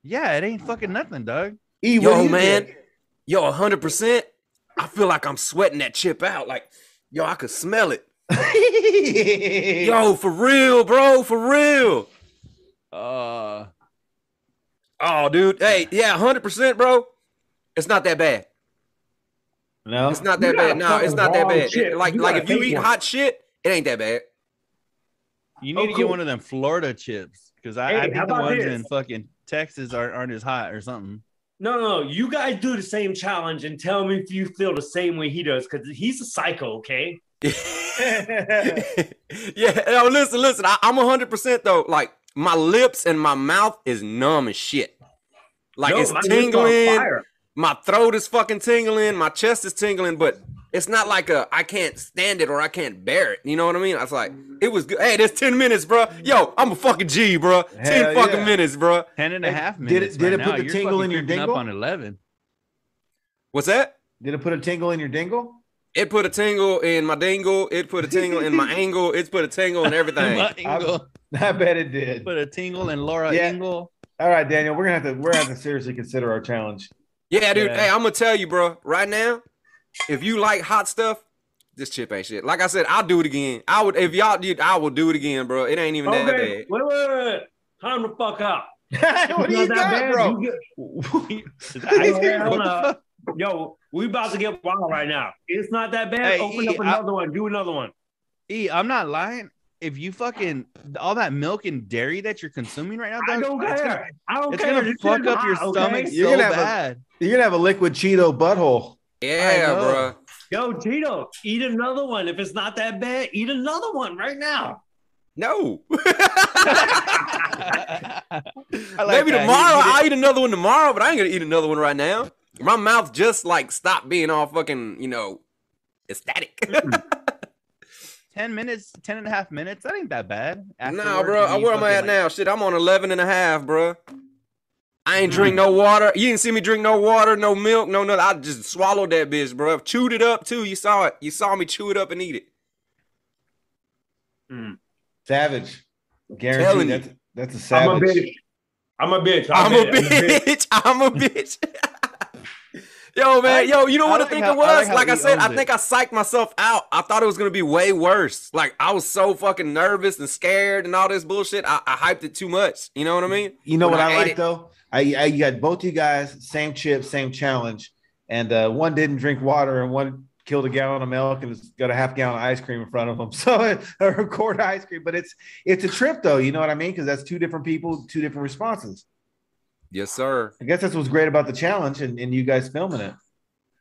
D: Yeah, it ain't fucking nothing, dog.
E: E.
A: Yo,
E: what do you
A: man.
E: think?
A: Yo, hundred percent. I feel like I'm sweating that chip out. Like, yo, I could smell it. Yo, for real, bro, for real.
D: Uh,
A: Oh, dude. Hey, yeah, hundred percent, bro. It's not that bad.
E: no.
A: It's not that
B: You got
A: bad.
B: a
A: No, it's
B: fucking
A: not that
B: raw
A: bad.
B: chip.
A: Like,
B: You
A: like
B: gotta
A: if you
B: take
A: eat
B: one.
A: hot shit, it ain't that bad.
D: you need
B: Oh,
D: to get
B: cool.
D: one of them Florida chips because I,
B: Hey,
D: I
B: how
D: think the
B: about
D: ones
B: this?
D: in fucking Texas aren't, aren't as hot or something.
B: No, no, no. You guys do the same challenge and tell me if you feel the same way he does because he's a psycho, okay?
A: yeah, no, listen, listen. I, I'm 100% though. Like, my lips and my mouth is numb as shit. Like,
B: No,
A: it's
B: my lips are on
A: tingling.
B: fire.
A: My throat is fucking tingling. My chest is tingling, but it's not like a I can't stand it or I can't bear it. You know what I mean? I was like, it was good. Hey, that's 10 minutes, bro. Yo, I'm a fucking G, bro. 10
E: Hell
A: fucking
E: yeah.
A: minutes, bro.
D: Ten and a
E: Hey,
D: half
E: did it-
D: minutes.
E: did
D: right
E: it put
D: now.
E: the
D: You're
E: tingle
D: fucking
E: in your
D: creeping
E: dingle?
D: Up on eleven.
A: What's that?
E: Did it put a tingle in your dingle?
A: It put a tingle in my dingle. It put a tingle in my angle. It's put a tingle in everything.
D: My Ingle.
E: I bet it did.
D: Put a tingle and Laura
E: Yeah.
D: Ingle.
E: All right, Daniel, we're gonna have to we're gonna have to seriously consider our challenge.
A: Yeah, dude.
D: Yeah.
A: Hey, I'm gonna tell you, bro. Right now, if you like hot stuff, this chip ain't shit. Like I said, I'll do it again. I would if y'all did, I will do it again, bro. It ain't even that
B: Okay,
A: bad.
B: wait, wait, wait, wait. Time to fuck up.
E: what do you
B: Not
E: got,
B: that bad.
E: bro?
B: You get- Hold on,
D: I- what
B: hold
D: the
B: on.
D: fuck?
B: Yo, we about to get wild right now. It's not that bad.
D: Hey,
B: Open
D: E,
B: up
D: I-
B: another one. Do another one.
D: E, I'm not lying. If you fucking all that milk and dairy that you're consuming right now,
B: I
D: dog,
B: don't
D: it's gonna-
B: care. I don't
D: It's
B: care.
D: gonna
B: This
D: fuck
B: is
D: up your
B: hot, okay?
D: stomach
E: You're
D: so
E: gonna have a-
D: bad.
E: You're gonna have a liquid Cheeto butthole.
A: Yeah,
D: know.
A: bro.
B: Yo, Tito, eat another one. If it's not that bad, eat another one right now.
A: No.
D: I like
A: Maybe
D: that.
A: tomorrow
D: He- he
A: I'll eat another one tomorrow, but I ain't gonna eat another one right now. My mouth just like stopped being all fucking, you know, ecstatic.
D: did 10 minutes, 10 and a half minutes. That ain't that bad.
A: Nah,
D: Afterwards,
A: bro.
D: you
A: I- Where am I at
D: fucking, like-
A: now? Shit, I'm on 11 and a half, bro. I ain't drink no water. You didn't see me drink no water, no milk, no nothing. I just swallowed that bitch, bro. Chewed it up too. You saw it. You saw me chew it up and eat it.
E: Savage.
A: Telling
E: Guaranteed.
A: you.
E: That's, that's a
B: I'm a
E: savage.
B: bitch. I'm a bitch.
A: I'm a
B: I'm
A: bitch. I'm a bitch. Yo, man.
D: like-
A: yo, you know
D: I
A: what
D: like
A: I think
D: how-
A: it
D: I
A: was?
D: like
A: Like
D: how
A: I,
D: he
A: said,
D: owns
A: I think I psyched myself out. I thought it was gonna be way worse. Like I was so fucking nervous and scared and all this bullshit. I, I hyped it too much. You know what I mean?
E: You know
A: When
E: what
A: I
E: I,
A: ate
E: like
A: it-
E: though? I, I you got both you guys, same chip, same challenge, and uh, one didn't drink water and one killed a gallon of milk and has got a half gallon of ice cream in front of them. So a quart of ice cream, but it's it's a trip though. You know what I mean? Because that's two different people, two different responses.
A: Yes, sir.
E: I guess that's what's great about the challenge and, and you guys filming it.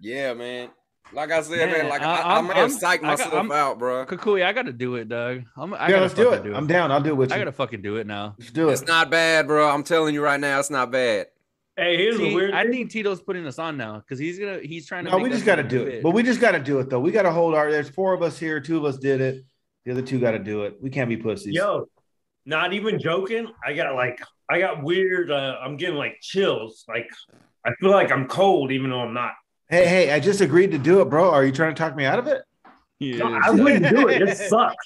A: Yeah, man. Like I said, man,
D: Man,
A: like
D: I-
A: I, I,
D: I'm-
A: might have
D: I'm-
A: psyched
D: I got-
A: myself
D: I'm-
A: out, bro.
D: Kukui, I gotta do it, Doug. I'm, I
E: yeah,
D: gotta
E: let's do
D: fucking
E: it. I'm down. I'll do it with you.
D: I gotta fucking do it now.
E: let's do it.
A: It's not bad, bro. I'm telling you right now, it's not bad.
B: Hey, here's a
D: See,
B: weird.
D: I think Tito's putting us on now because he's gonna he's trying to.
E: No,
D: make
E: we
D: us
E: just got to
D: look
E: do it.
D: fit.
E: But we just got to do it though. We got to hold our. There's four of us here. Two of us did it. The other two got to do it. We can't be pussies.
B: Yo, not even joking. I got like, I got weird. Uh, I'm getting like chills. Like, I feel like I'm cold, even though I'm not.
E: Hey, hey! I just agreed to do it, bro. Are you trying to talk me out of it?
B: No, I wouldn't do it. This sucks.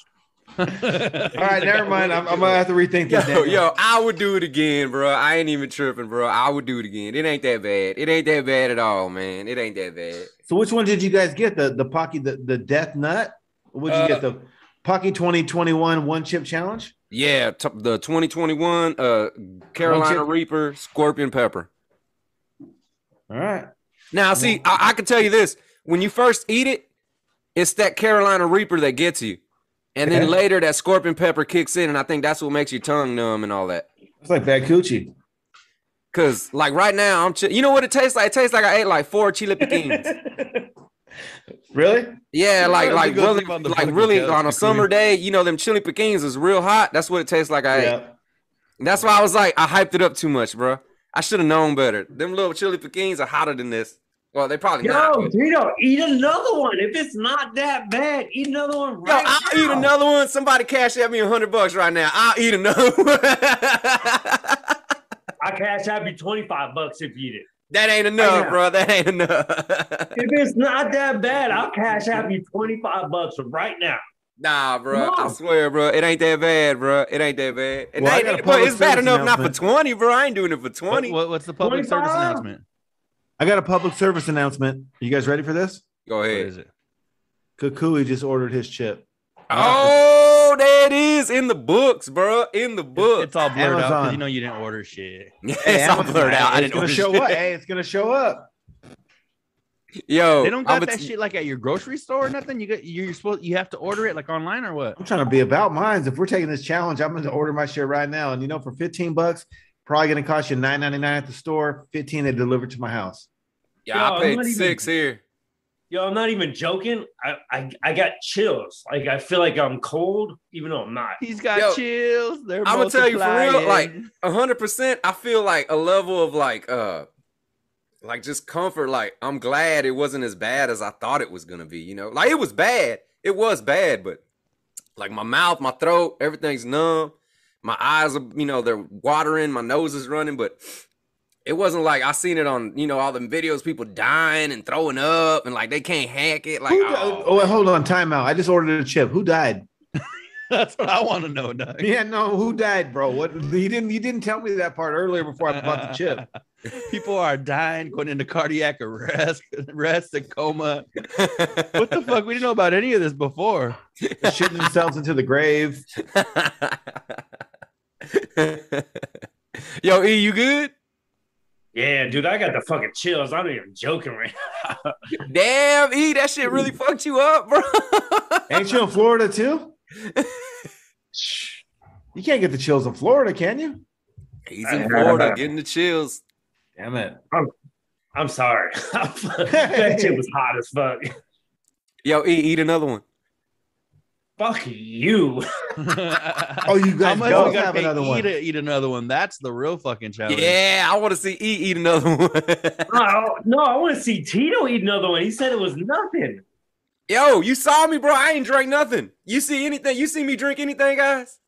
E: All right, never mind. I'm, I'm gonna have to rethink this.
A: Yo,
E: Daniel.
A: yo, I would do it again, bro. I ain't even tripping, bro. I would do it again. It ain't that bad. It ain't that bad at all, man. It ain't that bad.
E: So which one did you guys get? The the Pocky the, the Death Nut? What'd you
A: Uh,
E: get? The Pocky 2021 one chip challenge?
A: Yeah, t- the 2021 uh Carolina
E: One chip.
A: Reaper Scorpion Pepper.
E: All right.
A: Now, see, I, I can tell you this: when you first eat it, it's that Carolina Reaper that gets you, and then
E: Yeah.
A: later that Scorpion Pepper kicks in, and I think that's what makes your tongue numb and all that.
E: It's like bad coochie.
A: Cause like right now, I'm chi- you know what it tastes like? It tastes like I ate like four chili piquins.
E: really?
A: yeah, like
D: You
A: like
D: go
A: really,
D: sleep on the
A: like
D: fucking
A: really
D: couch,
A: on a
D: you
A: summer
D: creep.
A: day, you know them chili piquins is real hot. That's what it tastes like I ate.
E: Yeah.
A: That's why I was like I hyped it up too much, bro. I should have known better. Them little chili piquins are hotter than this. Well, they probably not.
B: Yo,
A: but-
B: Tito, eat another one. If it's not that bad, eat another one
A: Yo,
B: right
A: I'll
B: now.
A: eat another one. Somebody cash at me a hundred bucks right now. I'll eat another one.
B: I cash out you 25 bucks if you eat it.
A: That ain't enough,
B: now.
A: bro. That ain't enough.
B: If it's not that bad, I'll cash out you 25 bucks right now.
A: Nah, bro.
B: Come
A: I
B: on.
A: swear, bro. It ain't that bad, bro. It ain't that bad. And
E: Well, I
A: ain't-
E: got a
A: bro,
E: public
A: it's bad
E: service
A: enough not for
E: announcement.
A: 20, bro. I ain't doing it for 20.
D: What, what- what's the public service
B: 25?
D: announcement?
E: I got a public service announcement. You guys ready for this?
A: Go
D: What
A: ahead.
D: is it?
E: Kukui just ordered his chip.
A: Oh, there it is in the books, bro. In the
D: It's,
A: book.
D: it's all blurred out because
E: Amazon.
D: you know you didn't order shit.
A: it's all blurred out. I didn't know
E: It's gonna
A: this
E: show
A: shit.
E: up. Hey, it's gonna show up.
A: Yo,
D: They don't
A: I'm
D: got
A: a
D: that
A: t-
D: shit like at your grocery store or nothing. You get you're supposed you have to order it like online or what?
E: I'm trying to be about mines. If we're taking this challenge, I'm gonna order my shit right now. And you know, for 15 bucks, probably gonna cost you 9.99 at the store. 15 they deliver to my house.
A: Yeah,
B: Yo,
A: I
B: I'm
A: paid
B: not even-
A: six here.
B: Yo, I'm not even joking. I, I, I got chills. Like, I feel like I'm cold, even though I'm not.
D: He's got
A: Yo,
D: chills. They're
A: I'ma tell you for real, like,
D: multiplying.
A: A hundred percent. I feel like a level of like uh like just comfort. Like I'm glad it wasn't as bad as I thought it was gonna be, you know. Like it was bad. It was bad, but like my mouth, my throat, everything's numb. My eyes are, you know, they're watering, my nose is running, but it wasn't like I seen it on, you know, all them videos, people dying and throwing up and like they can't hack it. Like
E: Who di-
A: oh,
E: oh, wait, hold on, time out. I just ordered a chip. Who died?
D: that's what I want to know. Doug.
E: Yeah, no, who died, bro? What you didn't you didn't tell me that part earlier before I bought the chip.
D: People are dying, going into cardiac arrest, arrest and coma. What the fuck? We didn't know about any of this before.
E: Shitting themselves into the grave.
A: Yo, E, you good?
B: Yeah, dude, I got the fucking chills. I'm not even joking right now.
A: Damn, E, that shit really fucked you up, bro.
E: Ain't you in Florida too? You can't get the chills in Florida, can you?
A: He's
B: I
A: in
B: heard
A: Florida
B: about it.
A: getting the chills.
E: Damn it.
B: I'm sorry. that shit was hot as fuck.
A: Yo, E, eat another one.
B: Fuck you.
E: Oh, you
D: How
E: guys
D: much we
E: both
D: gotta
E: have
D: pay
E: another
D: E
E: one.
D: to eat another one? That's the real fucking challenge.
A: Yeah, I want to see E eat another one.
B: No, no, I want to see Tito eat another one. He said it was nothing.
A: Yo, you saw me, bro. I ain't drank nothing. You see anything? You see me drink anything, guys?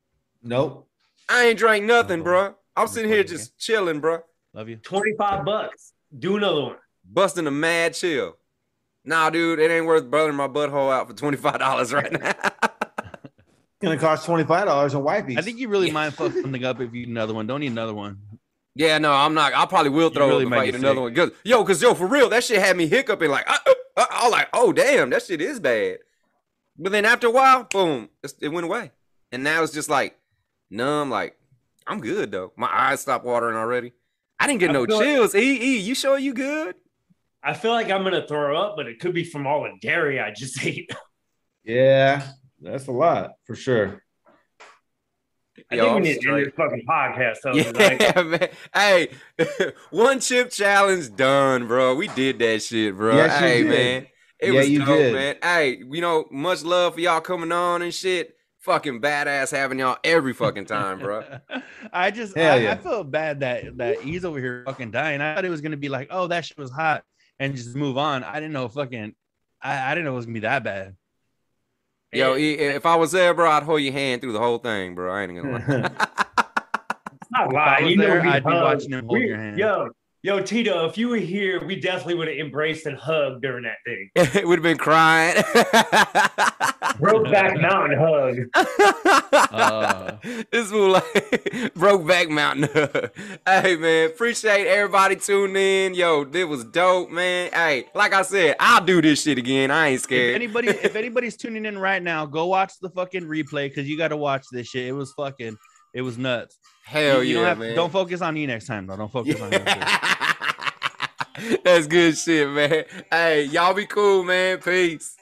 E: Nope.
A: I ain't drank nothing,
D: Uh-oh.
A: bro. I'm sitting here
D: recording
A: just chilling, bro.
D: Love you.
B: 25 bucks. Do another one.
A: Busting a mad chill. Nah, dude, it ain't worth burning my butthole out for $25 right now.
E: It's gonna cost twenty five dollars on wifey.
D: I think you really mind fuck something up if you eat another one. Don't eat another one.
A: Yeah, no, I'm not. I probably will throw up
D: really
A: if
D: might
A: I eat
D: get
A: another
D: sick.
A: one. Cause, yo, cause yo, for real, that shit had me hiccuping like, uh, uh, uh, I was like, oh damn, that shit is bad. But then after a while, boom, it's, it went away, and now it's just like numb. Like I'm good though. My eyes stopped watering already. I didn't get
B: I
A: no
B: feel like-
A: chills. E E, you sure you good?
B: I feel like I'm going to throw up, but it could be from all the dairy I just ate.
E: yeah, that's a lot for sure.
B: I
A: Yo,
B: think we
A: I'm
B: need to end this fucking podcast. So
A: Yeah,
B: like,
A: man. Hey, one chip challenge done, bro. We did that shit, bro.
E: Yes, you
A: hey,
E: did.
A: man. It
E: Yeah,
A: was
E: you
A: dope,
E: did.
A: man. Hey, you know, much love for y'all coming on and shit. Fucking badass having y'all every fucking time, bro.
D: I just
E: Hell
D: I,
E: yeah.
D: I feel bad that that he's over here fucking dying. I thought it was gonna be like, oh, that shit was hot, and just move on. I didn't know fucking. I, I didn't know it was gonna be that bad.
A: Yo, E- if I was there, bro, I'd hold your hand through the whole thing, bro. I ain't
D: Oh
A: gonna lie.
B: it's not
D: I
B: lying.
D: was
B: You know,
D: there,
B: we
D: I'd be
B: hugged.
D: watching him hold
B: We-
D: your hand.
B: Yo, yo, Tito, if you were here, we definitely would have embraced and hugged during that thing.
A: it would have been crying.
B: Brokeback Mountain hug.
D: Uh.
A: this fool like broke back mountain. hey man, appreciate everybody tuning in. Yo, this was dope, man. Hey, like I said, I'll do this shit again. I ain't
D: If
A: scared.
D: anybody, if anybody's tuning in right now, go watch the fucking replay because you got to watch this shit. It was fucking, it was nuts. You-
A: Hell
D: you
A: yeah,
D: don't have,
A: man.
D: Don't focus on me next time though. Don't focus on me. next time.
A: Yeah. That's good shit, man. Hey, y'all be cool, man. Peace.